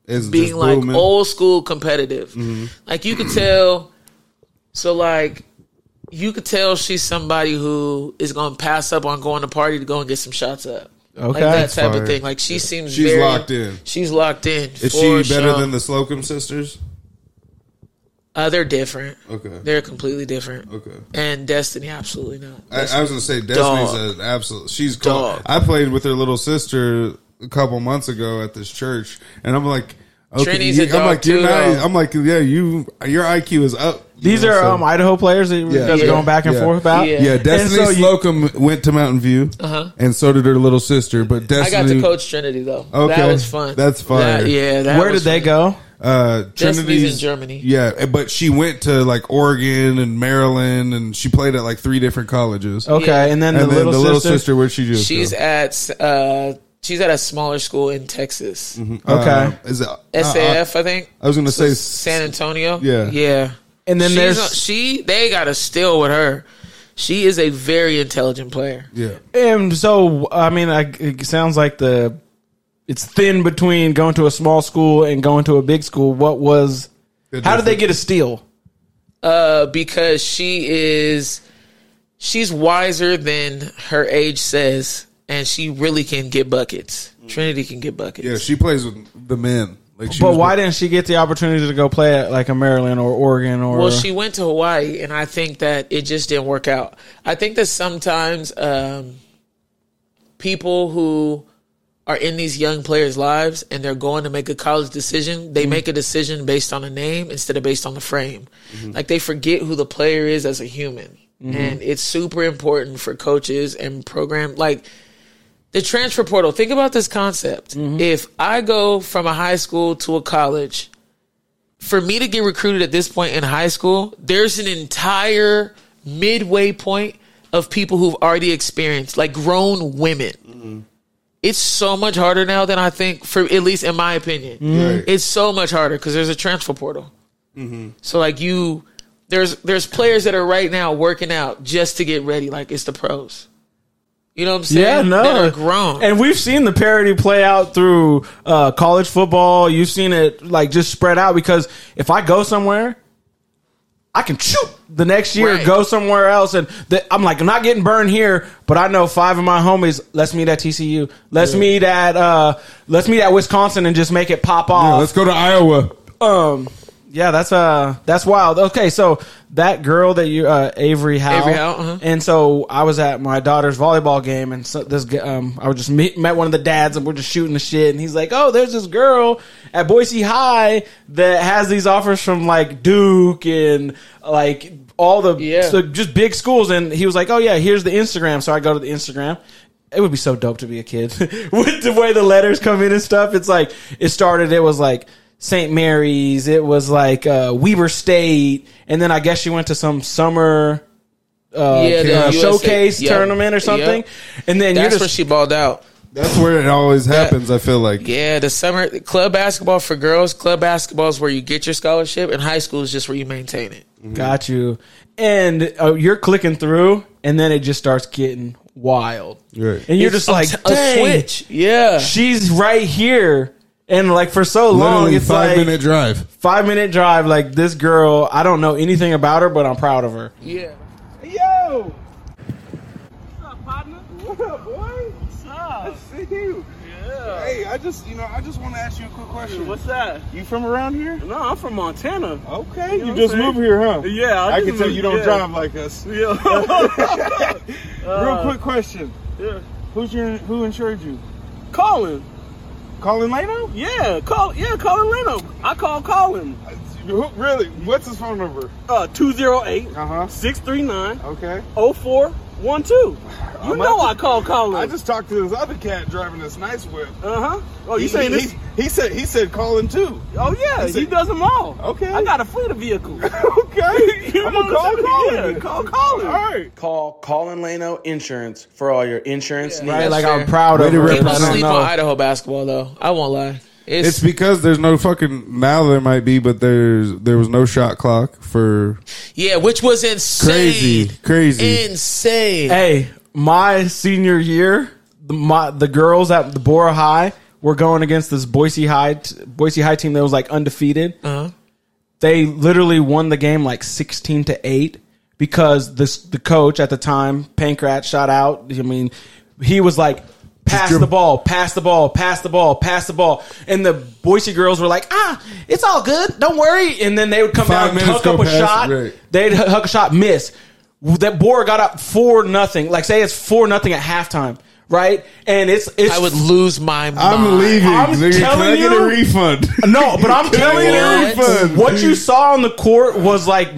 Is it
being
just
like
booming? Mm-hmm.
old school competitive. Like you could tell. So like you could tell she's somebody who is going to pass up on going to party to go and get some shots up.
Okay.
like that type
fire.
of thing. Like she seems
She's
very-
locked in.
She's locked in.
Is she better than the Slocum sisters?
Uh, they're different.
Okay.
They're completely different.
Okay.
And Destiny, absolutely not.
I, I was gonna say Destiny's an absolute. She's cool.
Dog.
I played with her little sister a couple months ago at this church, and I'm like, okay,
Trini's
you,
a
I'm
dog
like, you're
too,
not. e,
though.
I'm like, yeah, you, your IQ is up. you
These
know,
are
so-
um, Idaho players that you
Yeah.
guys are
Yeah.
going back and
Yeah.
forth about.
Yeah. Uh-huh.
yeah, Destiny
so you-
Slocum went to Mountain View, and so did her little sister. But
I
Destiny,
got to coach Trinity though.
Okay.
That was fun.
That's fire.
That- yeah. That
Where did
was
they
fun.
go?
uh,
Destiny's in
Trinity's
Germany.
Yeah, but she went to like Oregon and Maryland, and she played at like three different colleges.
Okay,
Yeah.
Oh, and then
and
the,
then
little,
the little
sister.
sister, where'd she just
She's
go?
at uh, she's at a smaller school in Texas,
Okay,
Uh, is it uh,
SAF, I think.
I was gonna say
San Antonio.
Yeah.
Yeah.
and then
She's
there's
a- she. They got a steal with her. She is a very intelligent player.
yeah.
and um, so I mean, I, it sounds like the it's thin between going to a small school and going to a big school. What was? How did they get a steal?
Uh, because she is she's wiser than her age says, and she really can get buckets. Trinity can get buckets.
Yeah, she plays with the men. Like, she
But
was-
why didn't she get the opportunity to go play at like a Maryland or Oregon or?
Well, she went to Hawaii, and I think that it just didn't work out. I think that sometimes um, people who are in these young players' lives and they're going to make a college decision, they make a decision based on a name instead of based on the frame. Like they forget who the player is as a human. And it's super important for coaches and program like the transfer portal. Think about this concept. If I go from a high school to a college, for me to get recruited at this point in high school, there's an entire midway point of people who've already experienced, like grown women.
Mm-hmm.
It's so much harder now than I think, for at least in my opinion.
Right.
It's so much harder because there's a transfer portal.
Mm-hmm.
So like you, there's there's players that are right now working out just to get ready, like it's the pros. You know what I'm saying?
Yeah, no,
that are grown.
and we've seen the parody play out through uh, college football. You've seen it like just spread out because if I go somewhere, I can shoot the next year,
Right.
go somewhere else, and th- I'm like, I'm not getting burned here, but I know five of my homies. Let's meet at TCU. Let's meet at uh, let's meet at Wisconsin and just make it pop
Yeah,
off.
let's go to Iowa.
um, yeah, that's uh, that's wild. Okay, so that girl that you uh, Avery Howe,
Avery Howe, uh-huh.
and so I was at my daughter's volleyball game, and so this g- um, I was just meet, met one of the dads, and we're just shooting the shit, and he's like, "Oh, there's this girl at Boise High that has these offers from like Duke and like all the
Yeah.
so just big schools," and he was like, "Oh yeah, here's the Instagram." So I go to the Instagram. It would be so dope to be a kid with the way the letters come in and stuff. It's like it started. It was like St. Mary's. It was like uh, Weber State, and then I guess she went to some summer uh,
Yeah, the
uh,
USA
showcase
yeah.
tournament or something. And then
That's
you're
where
just
she balled out.
That's where it always happens. I feel like
Yeah, the summer club basketball for girls. Club basketball is where you get your scholarship, and high school is just where you maintain it.
got you, and uh, you're clicking through, and then it just starts getting wild,
Right.
and you're
It's
just like,
a,
Dang,
a switch. Yeah,
she's right here, and like for so long,
literally
it's
five
like
minute drive.
five minute drive. Like this girl, I don't know anything about her, but I'm proud of her.
yeah.
Yo, what's up, partner? What's
What up, boy?
What's up?
See you.
Yeah.
Hey, I just, you know, I just want to ask you a quick question.
What's that?
You from around here?
No, I'm from Montana.
Okay, you,
know what
just
I'm saying?
moved here, huh?
Yeah,
I,
just
can tell
moved-
you don't
yeah.
drive like us.
Yeah.
Real quick question:
yeah.
Who's your, who insured you?
Colin.
Colin Lano?
Yeah, call. Yeah, Colin Leno. I call Colin.
Who, really? What's his phone numnumber?
Uh, 208
Uh huh.
639
Okay.
0412. You know I call Colin.
I just talked to this other cat driving this nice whip.
Uh huh. Oh, you
He-
saying
he,
this?
He, said he said Colin too.
Oh yeah,
he said-
he does them all.
Okay.
I got a fleet of vehicles.
okay.
You
I'm
know
gonna
what
call
I'm saying?
Colin.
Yeah,
then.
call Colin.
All right.
Call Colin Lano Insurance for all your insurance
Yeah.
needs.
Right?
That's
Like
fair.
I'm proud of
Way to
her. but
People
I don't
sleep on
know.
Idaho basketball though. I won't lie. It's,
It's because there's no fucking now there might be, but there's there was no shot clock for
yeah, which was insane.
crazy, crazy.
Insane.
Hey, my senior year, the, my, the girls at the Bora High were going against this Boise High t- Boise High team that was like undefeated.
Uh-huh.
They literally won the game like sixteen to eight because this the coach at the time, Pankrat, shot out. I mean, he was like. Pass
dribble.
the ball, pass the ball, pass the ball, pass the ball, and the Boise girls were like, "Ah, it's all good, don't worry." And then they would come down,
Five
and
minutes
hook up
go
a
past,
shot,
right.
They'd h- hook a shot, miss. That Bora got up four nothing. Like say it's four nothing at halftime, right? And it's it's
I would lose my mind.
I'm leaving.
I'm
nigga. Can I
telling
get a
you-
refund?
no, but I'm
Can I
telling
get a
you,
refund?
what you saw on the court was like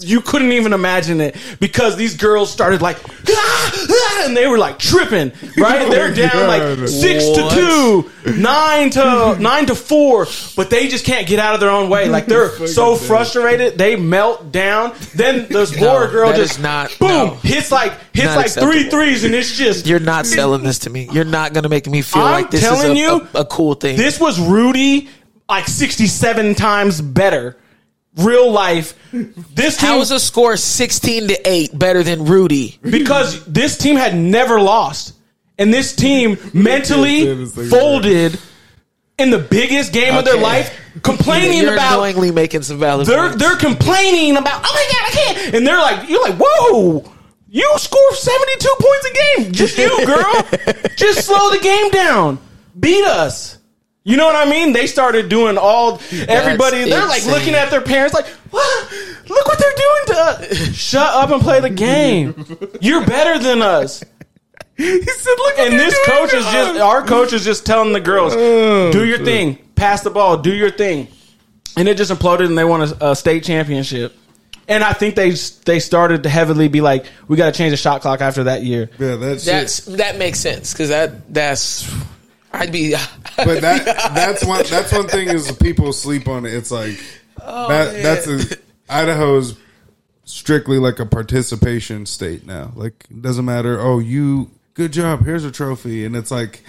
you couldn't even imagine it because these girls started like "Ah, ah," and they were like tripping right they're
Oh,
down
God.
like six
What?
to two nine to nine to four but they just can't get out of their own way like they're so
Fucking
frustrated they melt down then this
No,
boy girl
that
just
is not-
boom
no.
hits like hits
Not
like three
acceptable.
threes and it's just
You're not selling this to me. You're not going to make me feel
I'm
like this is
telling
a,
you,
a, a cool thing.
This was Rudy like 67 times better. Real life. This team
How is a score 16 to 8 better than Rudy?
because this team had never lost. And this team mentally
Dennis, like,
folded in the biggest game of their
Okay.
life, complaining
You're
about
knowingly making some valid
they're
points.
they're complaining about oh my god I can't and they're like you're like whoa you score 72 points a game just you girl just slow the game down beat us you know what I mean they started doing all everybody they're like
insane.
looking at their parents like what look what they're doing to us shut up and play the game you're better than us
he said, "Look."
and this coach is just our coach is just telling the girls,
Oh,
do your thing, pass the ball, do your thing, and it just imploded, and they won a, a state championship. And I think they they started to heavily be like, we got to change the shot clock after that year.
yeah, that's
That's that makes sense cuz that that's I'd be
but that that's one that's one thing is people sleep on it. It's like that
Oh, man.
that's a, Idaho's strictly like a participation state now. Like it doesn't matter. Oh, you good job. Here's a trophy, and it's like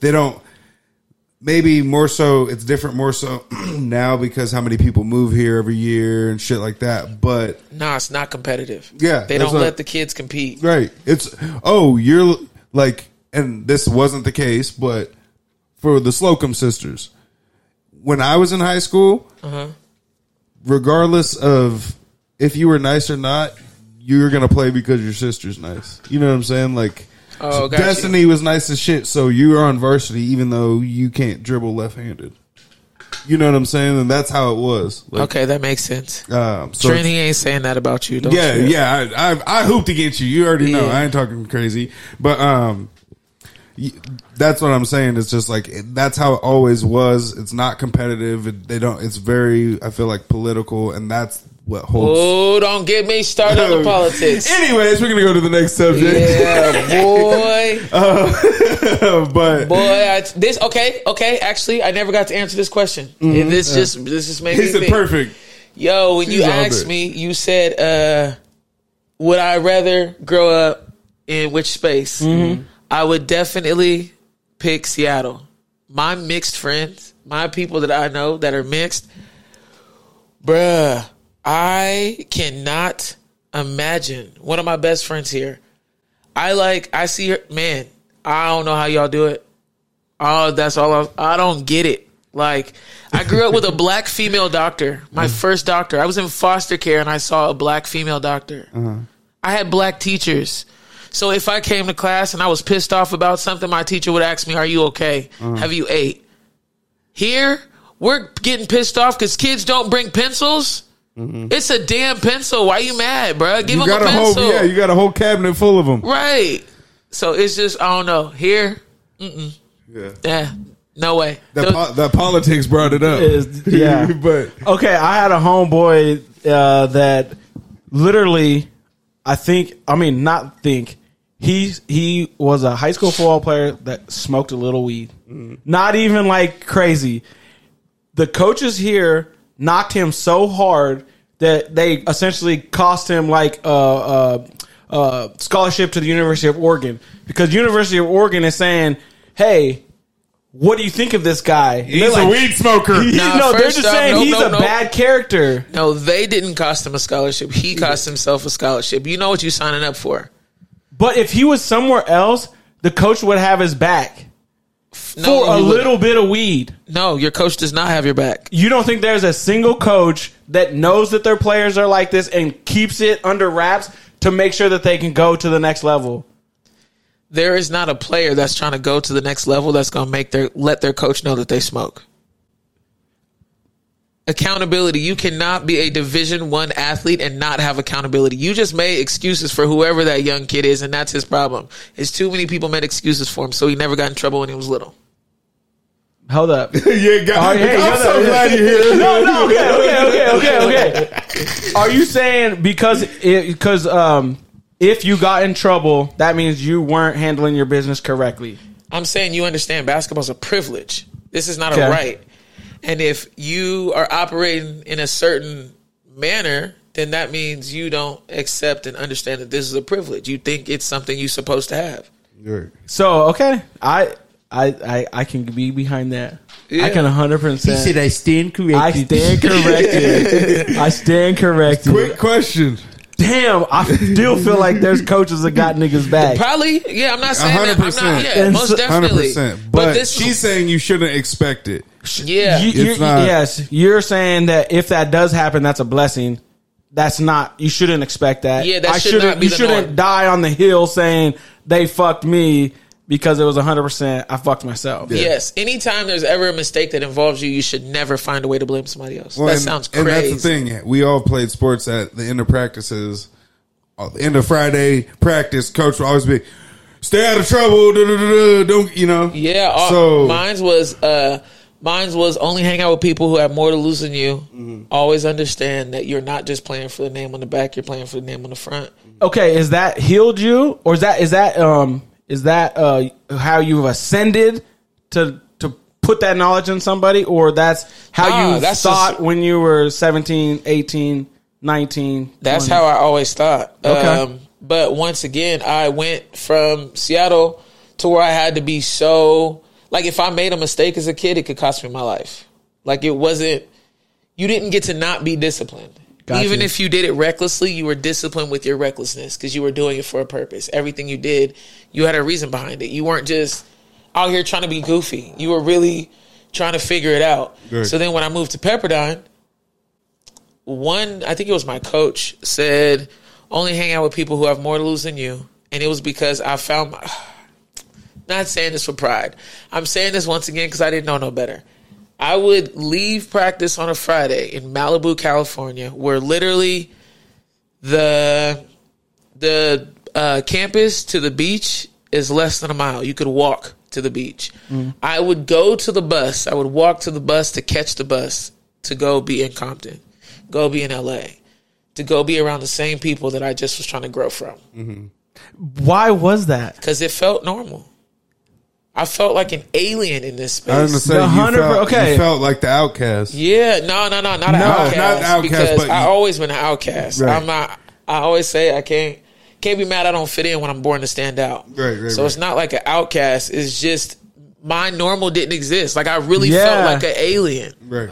they don't. Maybe more so, it's different more so now because how many people move here every year and shit like that. But
nah, it's not competitive.
Yeah,
They
that's
don't
what-
let the kids compete.
Right. It's oh, you're like, and this wasn't the case, but for the Slocum sisters, when I was in high school, regardless of if you were nice or not, you're gonna play because your sister's nice. You know what I'm saying? Like.
Oh, got you.
Destiny was nice as shit, so you're on varsity even though you can't dribble left-handed. You know what I'm saying? And that's how it was. Like,
Okay, that makes sense.
um, so
Trini ain't saying that about you. Don't
yeah,
you?
yeah. I, I I hooped against you. You already know.
Yeah.
I ain't talking crazy, but um, y- that's what I'm saying. It's just like it- that's how it always was. It's not competitive. It, they don't. It's very. I feel like political, and that's what holds.
Oh, don't get me started on the politics.
Anyways, we're gonna go to the next subject.
yeah, boy.
but
Boy, I, this okay, okay. Actually, I never got to answer this question. And this just this just made
Mm-hmm. he
me
said
think.
perfect.
Yo, when you
She's on
asked
it.
me, you said, uh, "Would I rather grow up in which space?" I would definitely pick Seattle. My mixed friends, my people that I know that are mixed, bruh, I cannot imagine. One of my best friends here, I like. I see her, man. I don't know how y'all do it. Oh, that's all. I, I don't get it. Like, I grew up with a black female doctor.
Mm.
My first doctor.
Uh-huh.
I was in foster care and I saw a black female doctor. I had black teachers. So if I came to class and I was pissed off about something, my teacher would ask me, "Are you okay?
Uh-huh.
Have you ate?" Here, we're getting pissed off because kids don't bring pencils. It's a damn pencil. Why you mad, bruh? Give
Mm-hmm.
them
You got
a
a whole
pencil,
yeah. You got a whole cabinet full of them.
right? So it's just I don't know. Here,
Yeah.
yeah, no way.
That,
Those-
po- that politics brought it up.
Is- yeah.
but
Okay, I had a homeboy uh, that literally, I think, I mean, not think, he he was a high school football player that smoked a little weed,
Mm-hmm.
not even like crazy. The coaches here knocked him so hard that they essentially cost him like a. Uh, uh, scholarship to the University of Oregon because University of Oregon is saying, "Hey, what do you think of this guy?" And they're
he's a
like,
weed smoker.
Nah,
no, they're
first
just
off,
saying
nope,
he's
nope,
a
nope.
bad character.
No, they didn't cost him a scholarship. He cost himself a scholarship. You know what you signing up for?
But if he was somewhere else, the coach would have his back
Oh,
No,
for a
you wouldn't.
little bit of weed.
No, your coach does not have your back.
You don't think there's a single coach that knows that their players are like this and keeps it under wraps to make sure that they can go to the next level?
There is not a player that's trying to go to the next level that's going to make their let their coach know that they smoke. Accountability. You cannot be a Division One athlete and not have accountability. You just made excuses for whoever that young kid is, and that's his problem. It's too many people made excuses for him, so he never got in trouble when he was little.
Hold up.
yeah, God,
hey,
I'm
yeah,
so
yeah.
glad you're here.
No, no, okay, okay, okay, okay, okay. Are you saying because because um if you got in trouble, that means you weren't handling your business correctly?
I'm saying you understand basketball's a privilege. This is not
Okay.
a right. And if you are operating in a certain manner, then that means you don't accept and understand that this is a privilege. You think it's something you're supposed to have.
You're-
So okay, I I I, I can be behind that. I
Yeah.
can 100. percent
I stand corrected.
I stand corrected. I stand corrected.
Quick question.
Damn, I still feel like there's coaches that got niggas back.
Probably, yeah. I'm not saying that. I'm not.
100%.
Yeah, most
And so-
Hundred
definitely.
percent.
But,
But,
this,
she's saying you shouldn't expect it.
yeah,
You- you're-
not-
yes, you're saying that if that does happen, that's a blessing. That's not. You shouldn't expect that.
Yeah, that
I
should
shouldn't-
not be
You
the
shouldn't
norm.
die on the hill saying they fucked me because it was 100. percent I fucked myself.
yes. Anytime there's ever a mistake that involves you, you should never find a way to blame somebody else.
Well,
that
and-
sounds
And
crazy.
that's the thing. We all played sports at the end of practices. Uh, the end of Friday practice, coach would always be, "Stay out of trouble." duh, duh, duh, duh, Don't you know?
Yeah. uh,
So
mine's was uh, mine's was only hang out with people who have more to lose than you. Always understand that you're not just playing for the name on the back; you're playing for the name on the front.
Okay, is that healed you, or is that is that um is that uh how you've ascended to to put that knowledge in somebody, or that's how
Nah,
you
that's
thought
just-
when you were 17, 18, 19?
That's how I always thought.
Okay.
Um, but once again, I went from Seattle to where I had to be so like if I made a mistake as a kid, it could cost me my life. Like it wasn't you didn't get to not be disciplined.
Got
Even
you.
if you did it recklessly, you were disciplined with your recklessness because you were doing it for a purpose. Everything you did, you had a reason behind it. You weren't just out here trying to be goofy. You were really trying to figure it out.
Right.
So then when I moved to Pepperdine, one, I think it was my coach said, only hang out with people who have more to lose than you. And it was because I found my, not saying this for pride. I'm saying this once again because I didn't know no better. I would leave practice on a Friday in Malibu, California, where literally the the uh, campus to the beach is less than a mile. You could walk to the beach. I would go to the bus. I would walk to the bus to catch the bus to go be in Compton, go be in LA, to go be around the same people that I just was trying to grow from
Why was that?
because it felt normal. I felt like an alien in this space.
I understand.
The
You
100
felt,
okay.
you felt like the outcast.
Yeah, no, no, no, not an
No, not
outcast.
an outcast,
because
but
I
you-
always been an outcast.
Right.
I'm not. I always say I can't can't be mad. I don't fit in when I'm born to stand out.
Right, right,
So it's
right.
not like an outcast. It's just my normal didn't exist. Like I really
Yeah.
felt like an alien.
Right.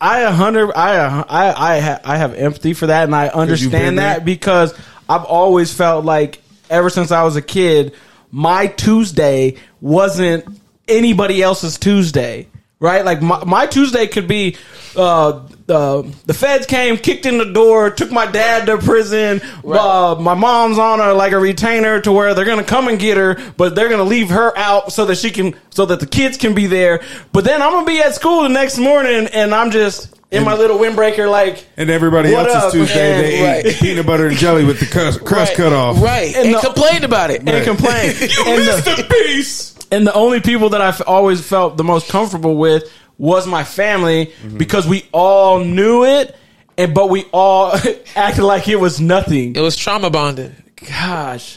I a hundred. I a- I I ha, I have empathy for that, and I
been
understand
there?
that because I've always felt like ever since I was a kid, my Tuesday wasn't anybody else's Tuesday. right? Like my, my Tuesday could be uh, uh, the feds came, kicked in the door, took my dad to prison. Uh, my mom's on a like a retainer to where they're gonna come and get her, but they're gonna leave her out so that she can, so that the kids can be there. But then I'm gonna be at school the next morning, and I'm just in my little windbreaker, like.
And everybody
What
else's
up,
Tuesday,
man?
they
Right.
ate peanut butter and jelly with the crust, crust
right,
cut off.
Right. And,
And the-
complained about it.
And complain. and the,
Masterpiece.
and the only people that I f- always felt the most comfortable with was my family
Mm-hmm.
because we all knew it, and but we all acted like it was nothing.
It was trauma bonding.
Gosh,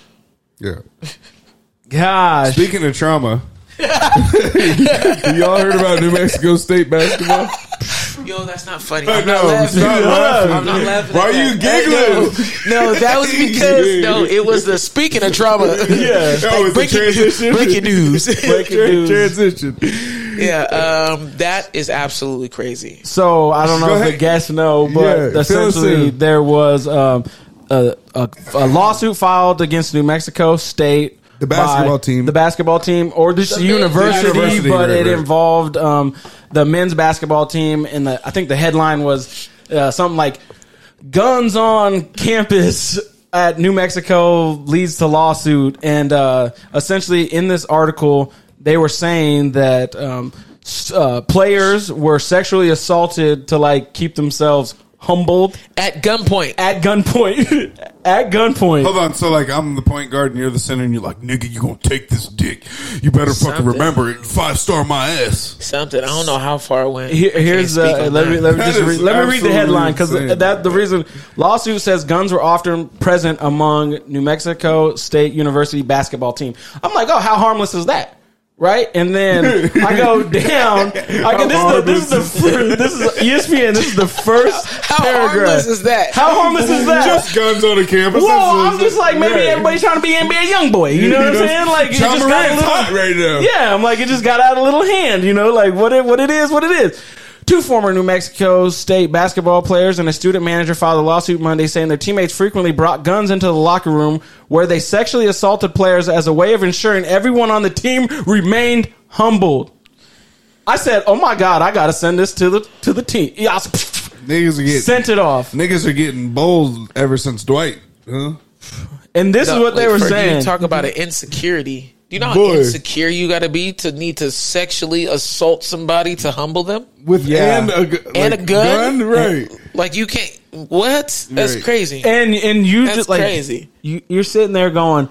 Yeah.
gosh,
Speaking of trauma, y'all heard about New Mexico State basketball?
Yo, that's not funny.
I
I'm not
know.
laughing.
Stop laughing.
I'm not laughing.
Why
at
are you
that.
giggling?
No, no, that was because no, it was the speaking of trauma.
yeah.
Oh, it's a
breaking,
transition.
breaking news.
Breaking
Tran-
news.
transition.
yeah, um, that is absolutely crazy.
So I don't know
Go
if the
ahead.
guests know,
Yeah,
but
fill us
essentially
in.
there was um, a, a, a lawsuit filed against New Mexico State.
The basketball
by
team.
the basketball team, or this university,
University,
but
right,
it
right.
involved um, the men's basketball team, and the, I think the headline was uh, something like "Guns on Campus." At New Mexico leads to lawsuit, and uh, essentially in this article, they were saying that um, s- uh, players were sexually assaulted to like keep themselves humbled
At gunpoint.
at gunpoint. at gunpoint,
Hold on. So, like, I'm the point guard and you're the center, and you're like, nigga, you gonna take this dick. You better fucking
Something.
remember it. Five star my ass.
Something. I don't know how far it went.
Here-
I can't
here's
speak
uh,
on
let me
that.
let me
That
just
is
read, let me read the
absolutely
headline because
insane.
that the reason lawsuit says guns were often present among New Mexico State University basketball team. I'm like, oh, how harmless is that? Right, and then I go down. I go, this is the, this is the E fir- this is ESPN. This is the first
How
paragraph.
harmless is that?
How harmless is that?
Just guns on the campus.
Whoa,
That's-
I'm just like maybe
Yeah.
everybody's trying to be NBA young boy. You know what I'm saying? Like it
John
just got a
Morant's
little
hot right now.
Yeah, I'm like it just got out a little hand. You know, like what it what it is, what it is. Two former New Mexico State basketball players and a student manager filed a lawsuit Monday saying their teammates frequently brought guns into the locker room where they sexually assaulted players as a way of ensuring everyone on the team remained humbled. I said, "Oh my God, I gotta send this to the to the team." Yeah, I
Niggas are getting
sent it off,
niggas are getting bold ever since Dwight. Huh?
and this is what they
Like,
were
for You
saying.
to talk about an insecurity. Do you know how
Boy.
insecure you got to be to need to sexually assault somebody to humble them?
With
Yeah.
and a, gu-
And
like,
a gun?
right?
Like you can't. What? That's
Right.
crazy.
and and you
That's
just like
crazy.
You, you're sitting there going,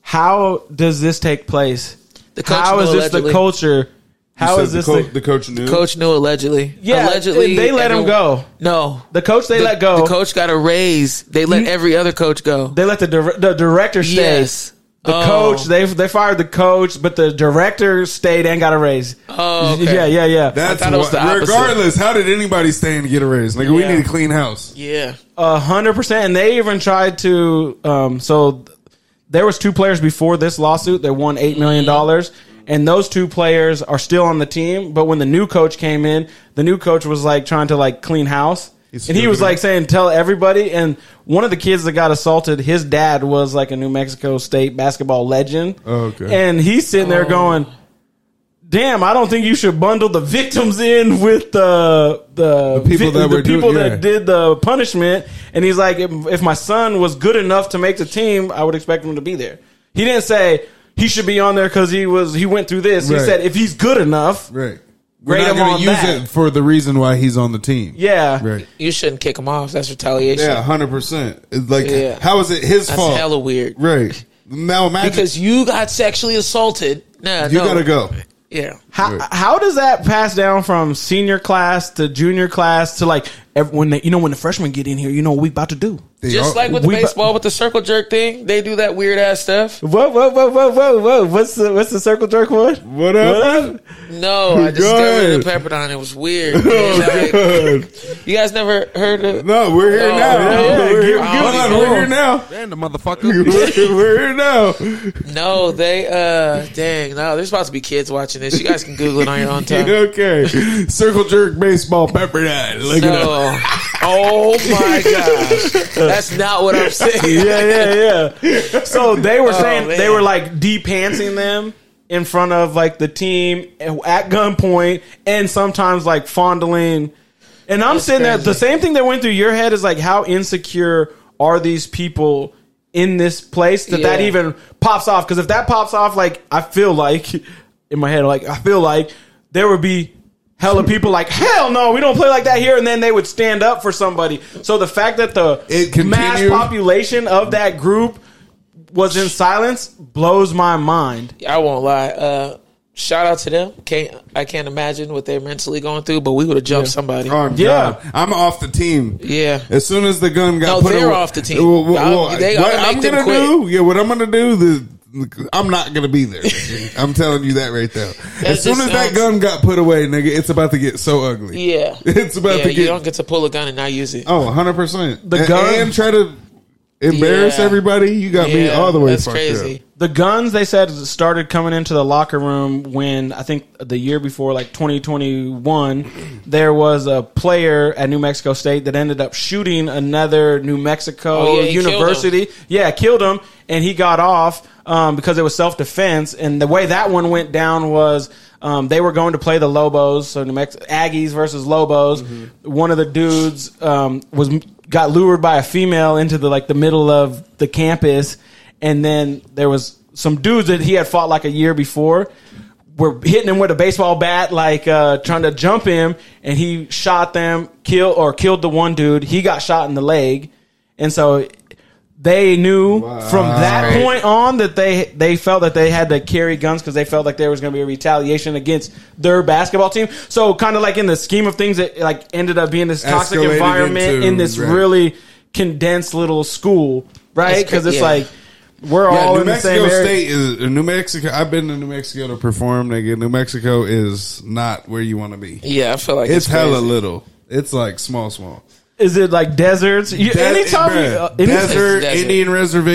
"How does this take place?
The coach
How
knew
is this the
allegedly.
culture? How
So
is this
the, co-
the,
the coach knew?
Coach knew allegedly.
Yeah,
allegedly
and they let him go.
No,
the coach? They
The-
let go.
The coach got a raise. They let
Mm.
every other coach go.
They let the dir- the director stay.
Yes.
The
Oh.
coach, they they fired the coach, but the director stayed and got a raise.
Oh, okay.
yeah, yeah, yeah.
That's
I thought it was
why-
the opposite.
regardless. How did anybody stay and get a raise? Nigga, we
Yeah.
need a clean house.
Yeah.
A hundred percent. And they even tried to. Um, so th- there was two players before this lawsuit that won eight million dollars, and those two players are still on the team. But when the new coach came in, the new coach was like trying to like clean house.
He's
and he was
stupid.
like saying, "Tell everybody." And one of the kids that got assaulted, his dad was like a New Mexico State basketball legend.
Oh, okay.
And he's sitting there going, "Damn, I don't think you should bundle the victims in with the the,
people that
the
were doing-
people
yeah.
that did did the punishment, and he's like, if, if my son was good enough to make the team, I would expect him to be there. He didn't say he should be on there because he was he went through this.
Right.
He said if he's good enough,
Right.
Grade him
gonna
on
use
that.
it for the reason why he's on the team.
yeah,
Right.
You shouldn't kick him off. That's retaliation.
Yeah, hundred percent. Like,
Yeah.
how is it his
That's
fault?
hella weird.
Right. Now imagine
Because you got sexually assaulted. Nah,
you
no.
gotta go.
Yeah.
How, how does that pass down from senior class to junior class to like ev- when they, you know when the freshmen get in here, you know what we about to do?
They
Just
are-
like with
we-
baseball, with the circle jerk thing, they do that weird ass stuff.
Whoa, whoa, whoa, whoa, whoa, whoa! What's the what's the circle jerk one?
What up?
No, I just
Go
discovered it in Pepperdine. It was weird. Like, you guys never heard of?
No, we're here
Oh,
now.
yeah, yeah,
we're here.
give-
Hold
give
on,
it
we're
to
here now. And the motherfucker. we're, we're here now.
No, they uh dang, no, there's about to be kids watching this. You guys can Google it on your own time.
Okay. Circle jerk baseball pepperdine. Look it up.
No. Oh my gosh. That's not what I'm saying.
yeah, yeah, yeah. So they were saying
Oh, man.
they were like de-pantsing them in front of like the team at gunpoint and sometimes like fondling. And I'm sitting there. The
crazy.
same thing that went through your head is like, how insecure are these people in this place that that
Yeah.
even pops off? Because if that pops off, like I feel like in my head, like I feel like there would be hella people like, hell no, we don't play like that here, and then they would stand up for somebody. So the fact that the
It
mass
continued.
population of that group was in silence blows my mind.
I won't lie. Uh, shout out to them. Can't I can't imagine what they're mentally going through, but we would have jumped somebody.
Oh,
Yeah.
God. I'm off the team.
Yeah.
As soon as the gun got
No,
put
they're
away-
off the team.
Well, well,
I'm-
well,
they- I'm
what
gonna
I'm
make them
gonna
quit.
do, yeah, what I'm gonna do, the, I'm not gonna be there. nigga. I'm telling you that right now.
just
as soon as that
sounds-
gun got put away, nigga, it's about to get so ugly.
Yeah.
It's about
yeah,
to
you
get
don't get to pull a gun and not use it.
Oh, 100 percent.
The gun-
and try to embarrass
Yeah.
everybody. You got me
Yeah,
all the way.
That's
fucked
crazy.
Up.
The guns they said started coming into the locker room when I think the year before, like 2021, there was a player at New Mexico State that ended up shooting another New Mexico
Oh, yeah, he
university. yeah, killed him, and he got off um, because it was self defense. And the way that one went down was um, they were going to play the Lobos, so New Mexico Aggies versus Lobos. One of the dudes um, was got lured by a female into the like the middle of the campus, and then there was some dudes that he had fought like a year before were hitting him with a baseball bat, like uh, trying to jump him, and he shot them, kill or killed the one dude. He got shot in the leg, and so they knew from that
Right.
point on that they they felt that they had to carry guns because they felt like there was going to be a retaliation against their basketball team. So kind of like in the scheme of things, it like ended up being this toxic
Escalated
environment
into-
in this
right.
really condensed little school,
That's
right?
cra-
Because it's
yeah.
like we're all
Yeah, New
in the same
Mexico
area.
State is New Mexico. I've been to New Mexico to perform. Nigga, New Mexico is not where you want to be.
Yeah, I feel like
It's,
it's,
hella
crazy.
little. It's like small, small.
Is it like deserts? You,
That-
anytime, you-
bruh,
uh, anytime
desert,
Desert.
Indian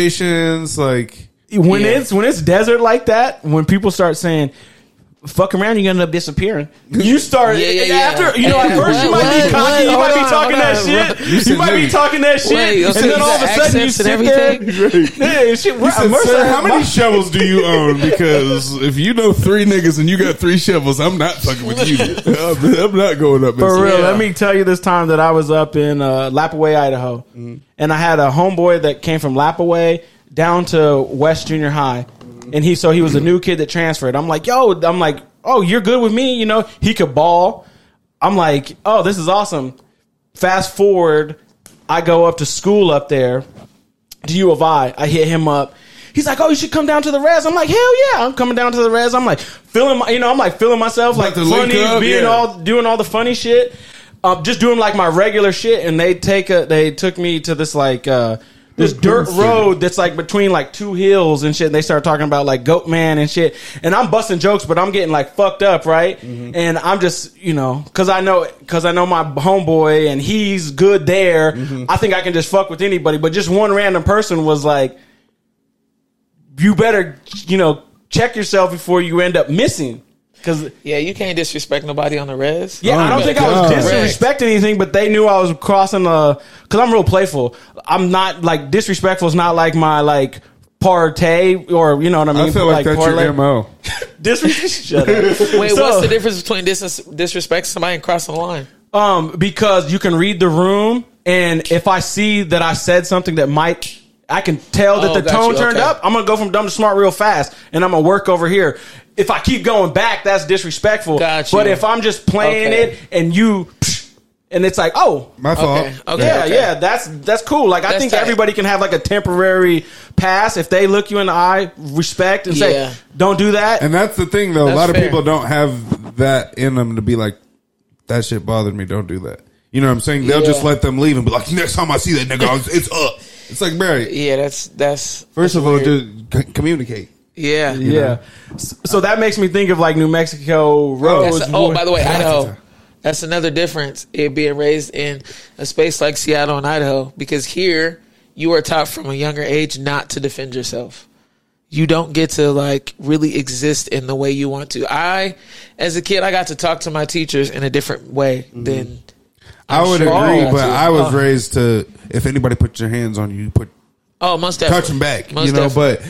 reservations, like
when
Yeah.
it's when it's desert like that, when people start saying fuck around, you end up disappearing. You start
Yeah, yeah,
and
yeah.
after you know at first you
What,
might be
what,
cocky, you
what?
might be
Hold on,
talking that
hold on,
shit, you,
said
might be
nigga.
talking that shit,
Wait, you
and
said
then
you
all of a
said
sudden you
accents
sit
and
everything. there. Yeah, shit, we're-
He said,
Mercer,
"Sir, how many
my-
shovels do you own? Because if you know three niggas and you got three shovels, I'm not fucking with you. I'm, I'm not going up.
For real,
Yeah.
let me tell you this time that I was up in uh, Lapaway, Idaho,
Mm-hmm.
and I had a homeboy that came from Lapaway down to West Junior High, and he so he was a new kid that transferred. I'm like, yo, I'm like, oh, you're good with me, you know? He could ball. I'm like, oh, this is awesome. Fast forward, I go up to school up there to U of I. I hit him up. He's like, oh, you should come down to the res. I'm like, hell yeah, I'm coming down to the res. I'm like feeling, my, you know, I'm like feeling myself, like
to link
funny,
up,
being
yeah.
all doing all the funny shit, um, just doing like my regular shit. And they take a, they took me to this like uh, this dirt road that's like between like two hills and shit. And they start talking about like Goat Man and shit. And I'm busting jokes, but I'm getting like fucked up, right? And I'm just, you know, because I know, because I know my homeboy and he's good there. I think I can just fuck with anybody. But just one random person was like, you better, you know, check yourself before you end up missing. Because
Yeah, you can't disrespect nobody on the res.
yeah, I
my
don't think I was
God.
disrespecting anything, but they knew I was crossing the. Because I'm real playful. I'm not like disrespectful. Is not like my like partay or you know what I mean.
I feel like, that's
parlay.
your mo.
Disres- Shut up.
Wait,
So-
what's the difference between dis- disrespect somebody and crossing the line?
Um, because you can read the room, and if I see that I said something that might, I can tell that
Oh,
the
got
tone
you.
turned
Okay.
up. I'm gonna go from dumb to smart real fast, and I'm gonna work over here. If I keep going back, that's disrespectful.
Got you.
But if I'm just playing
Okay.
it and you, and it's like, oh,
My fault.
Okay, okay,
yeah,
okay.
yeah, that's that's cool. Like I
That's
think
tight.
everybody can have like a temporary pass if they look you in the eye, respect, and
Yeah.
say, "Don't do that."
And that's the thing, though. a
That's
lot of
fair.
people don't have that in them to be like, that shit bothered me. Don't do that. You know what I'm saying? They'll just
Yeah.
let them leave and be like, next time I see that nigga, it's- it's up. It's like, bro,
Yeah, that's that's
first of all,
weird.
just c- communicate.
yeah.
yeah, S- so that makes me think of like New Mexico roads.
That's oh, by the way,
That's-
Idaho. That's another difference. It being raised in a space like Seattle and Idaho, because here you are taught from a younger age not to defend yourself. You don't get to like really exist in the way you want to. I, as a kid, I got to talk to my teachers in a different way than
Mm-hmm. I would
sure I
agree,
got Uh-huh.
but
you.
I was raised to if anybody put your hands on you, you put
oh, most
touch
definitely
them back.
Most
you know,
definitely.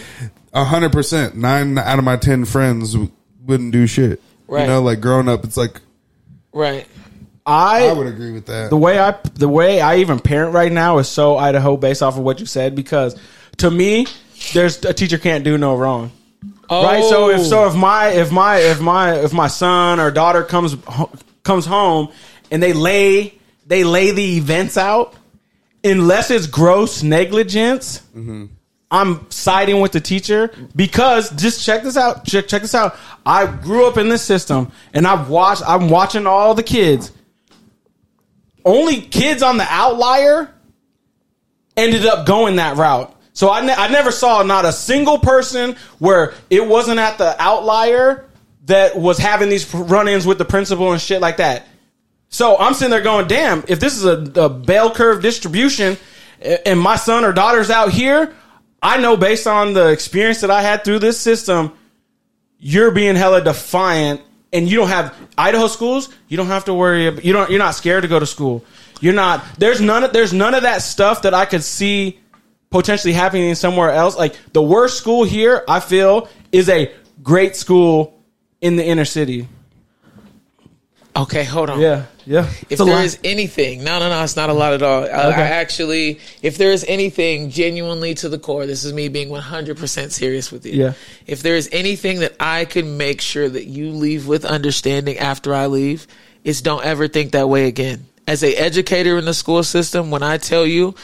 but hundred percent. Nine out of my ten friends w- wouldn't do shit.
Right.
You know, like growing up, it's like
Right.
I,
I would agree with that.
the way I the way I even parent right now is so Idaho based off of what you said because to me, there's a teacher can't do no wrong.
Oh,
right so if so if my if my if my if my son or daughter comes ho- comes home and they lay they lay the events out unless it's gross negligence i'm siding with the teacher because just check this out check, check this out i grew up in this system and i've watched i'm watching all the kids only kids on the outlier ended up going that route. So I, ne- I never saw not a single person where it wasn't at the outlier that was having these run-ins with the principal and shit like that. So I'm sitting there going, damn, if this is a, a bell curve distribution a- and my son or daughter's out here, I know based on the experience that I had through this system, you're being hella defiant and you don't have Idaho schools, you don't have to worry about you don't you're not scared to go to school. You're not there's none of there's none of that stuff that I could see potentially happening somewhere else. Like the worst school here, I feel, is a great school in the inner city.
okay, hold on.
Yeah. Yeah.
If
a
there
lot.
is anything, no, no, no, it's not a lot at all. I, I
Okay.
actually, if there is anything genuinely to the core, this is me being 100% serious with you.
Yeah.
If there is anything that I can make sure that you leave with understanding after I leave, it's don't ever think that way again. As a educator in the school system, when I tell you,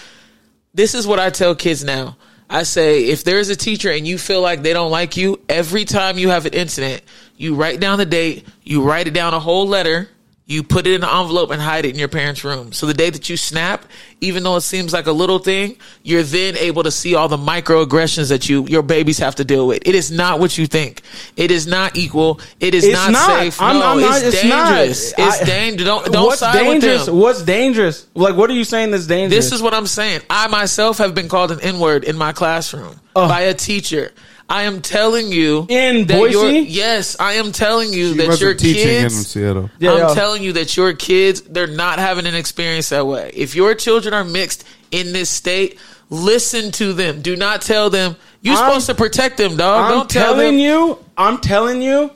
this is what I tell kids now. I say, if there is a teacher and you feel like they don't like you, every time you have an incident, you write down the date, you write it down a whole letter, you put it in an envelope and hide it in your parents' room. So the day that you snap, even though it seems like a little thing, you're then able to see all the microaggressions that you your babies have to deal with. It is not what you think. It is not equal. It is
It's
not,
not.
safe.
I'm-
no,
I'm not-
it's,
it's not.
dangerous. It's
I-
dangerous. Don't don't
what's
side
dangerous?
with them.
What's dangerous? Like what are you saying that's dangerous?
This is what I'm saying. I myself have been called an N word in my classroom by a teacher. I am telling you
Oh. In
that your-
Boise?
Yes, I am telling you that
wasn't
your
teaching in
kids.
Seattle.
Yeah,
I'm
yeah.
telling you that your kids they're not having an experience that way. If your children are mixed in this state, listen to them. Do not tell them you're
I'm-
supposed to protect them, dog.
I'm
Don't tell
telling
them.
you, I'm telling you,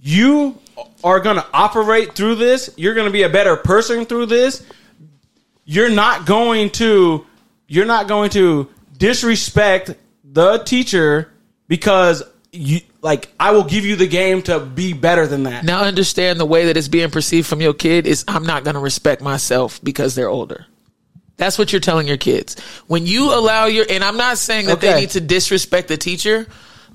you are going to operate through this. You're going to be a better person through this. You're not going to you're not going to disrespect the teacher because you like I will give you the game to be better than that.
Now understand the way that it's being perceived from your kid is I'm not going to respect myself because they're older. That's what you're telling your kids. When you allow your, and I'm not saying that they
Okay.
need to disrespect the teacher,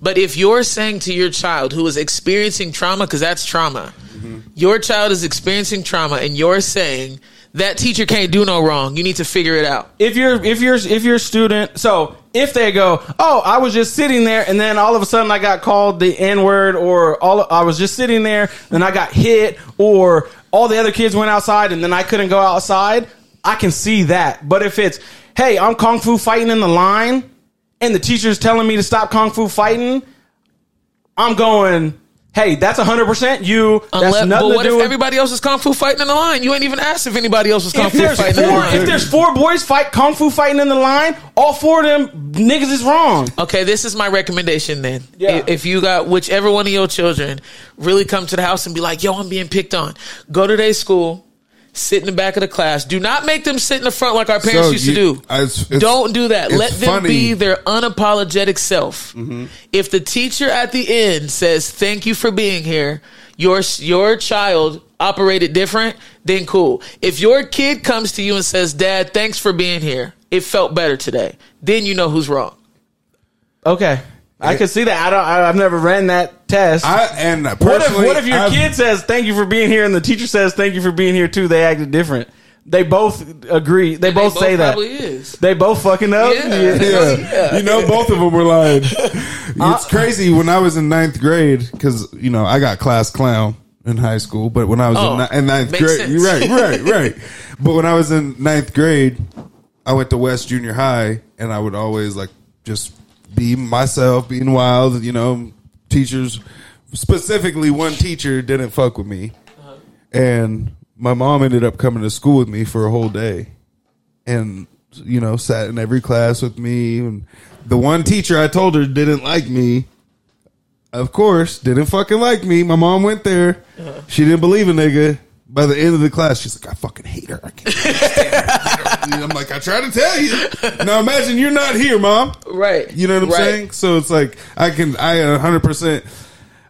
but if you're saying to your child who is experiencing trauma, because that's trauma,
Mm-hmm.
your child is experiencing trauma, and you're saying that teacher can't do no wrong. You need to figure it out.
if you're if you're if you're a student so if they go oh i was just sitting there and then all of a sudden i got called the n word or all i was just sitting there then i got hit or all the other kids went outside and then i couldn't go outside i can see that but if it's hey i'm kung fu fighting in the line and the teacher's telling me to stop kung fu fighting i'm going hey that's 100% you that's
Unless, but
nothing
what
to do
if
with
everybody else is kung fu fighting in the line? You ain't even asked if anybody else was kung
if
fu
there's
fighting in the
four,
line.
if there's four boys fight kung fu fighting in the line, all four of them niggas is wrong.
Okay, this is my recommendation then.
Yeah.
If- If you got whichever one of your children really come to the house and be like, yo, I'm being picked on, go to their school, sit in the back of the class. Do not make them sit in the front like our parents
So
used
you-
to do.
I- it's- it's-
Don't do that.
it's
Let them
funny. Mm-hmm.
be their unapologetic self. If the teacher at the end says, thank you for being here, your, your child operated different, then cool. If your kid comes to you and says, dad, thanks for being here, it felt better today, then you know who's wrong.
Okay, I can see that. I don't. I, I've never ran that test.
I and
what if
personally,
What if your
I've-
kid says thank you for being here, and the teacher says thank you for being here too? They acted different. They both agree. They both
both
say that.
probably is.
They both fucking up.
Yeah.
Yeah. You know, both of them were lying. It's crazy. When I was in ninth grade, because you know I got class clown in high school, but when I was
Oh,
in, ni- in ninth
makes
grade,
sense.
you're right, you're right, right. But when I was in ninth grade, I went to West Junior High, and I would always like just be myself, being wild. You know, teachers, specifically one teacher, didn't fuck with me,
Uh-huh.
and my mom ended up coming to school with me for a whole day and you know, sat in every class with me. And the one teacher I told her didn't like me, of course, didn't fucking like me. My mom went there. She didn't believe a nigga. By the end of the class, she's like, I fucking hate her. I can't stand her. I hate her." I'm like, I tried to tell you. Now imagine you're not here, mom.
Right.
You know what I'm
Right.
saying? So it's like I can I 100 percent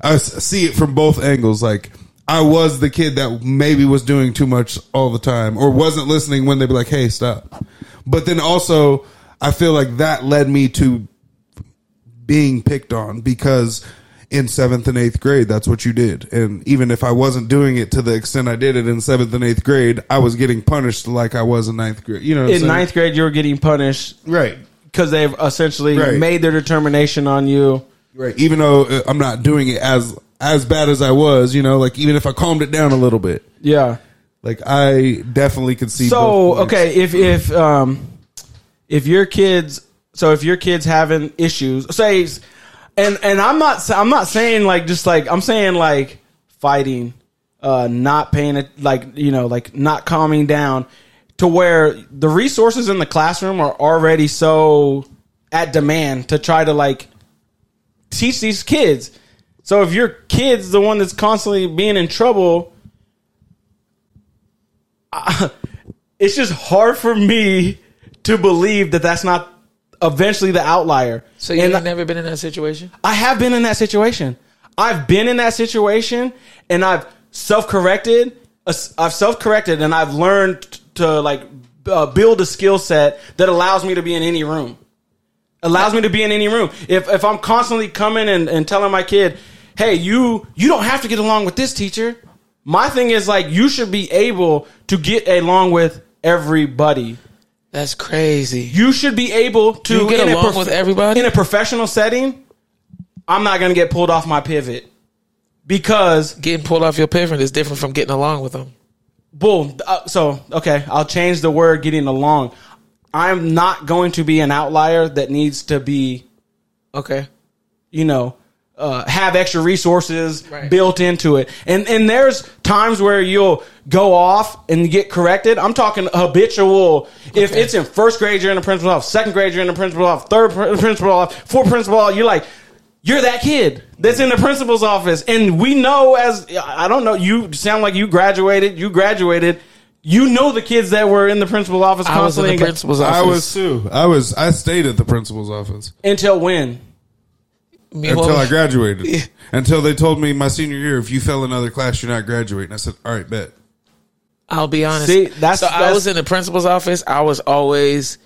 I s- see it from both angles. Like I was the kid that maybe was doing too much all the time or wasn't listening when they'd be like, "Hey, stop." But then also I feel like that led me to being picked on because in seventh and eighth grade, that's what you did. And even if I wasn't doing it to the extent I did it in seventh and eighth grade, I was getting punished like I was in ninth grade. You know, what I'm
In
saying?
ninth grade, you were getting punished
right?
because they've essentially
Right.
made their determination on you.
Right. Even though uh, I'm not doing it as as bad as I was, you know, like even if I calmed it down a little bit,
Yeah.
like I definitely could see.
So
both points.
okay, if if um if your kids, so if your kids having issues, say, and and I'm not sa- I'm not saying like just like I'm saying like fighting, uh, not paying it like you know like not calming down, to where the resources in the classroom are already so at demand to try to like teach these kids. So if your kid's the one that's constantly being in trouble, it's just hard for me to believe that that's not eventually the outlier.
So you've
And
never been in that situation?
I have been in that situation. I've been in that situation and I've self-corrected. uh, I've self-corrected and I've learned to like uh, build a skill set that allows me to be in any room. Allows me to be in any room. If if I'm constantly coming and, and telling my kid, "Hey, you you don't have to get along with this teacher." My thing is like you should be able to get along with everybody.
That's crazy.
You should be able to
You get
in a
along with everybody?
in a professional setting. I'm not gonna get pulled off my pivot because
Getting pulled off your pivot is different from getting along with them.
boom. Uh, so okay, I'll change the word getting along. I'm not going to be an outlier that needs to be
Okay.
you know uh, have extra resources
Right.
built into it and and there's times where you'll go off and get corrected i'm talking habitual if
Okay.
it's in first grade you're in the principal off second grade you're in the principal off third pr- principal off fourth principal off you're like you're that kid that's in the principal's office and we know as i don't know you sound like you graduated you graduated you know the kids that were in the principal office
I was in
constantly
the principal's office.
I was too. I was. I stayed at the principal's office
until when
Me-
until
well,
I graduated. Until they told me my senior year, if you fell in another class, you're not graduating. I said, "All right, bet."
I'll be honest.
See, that's-
so I
that's-
was in the principal's office. I was always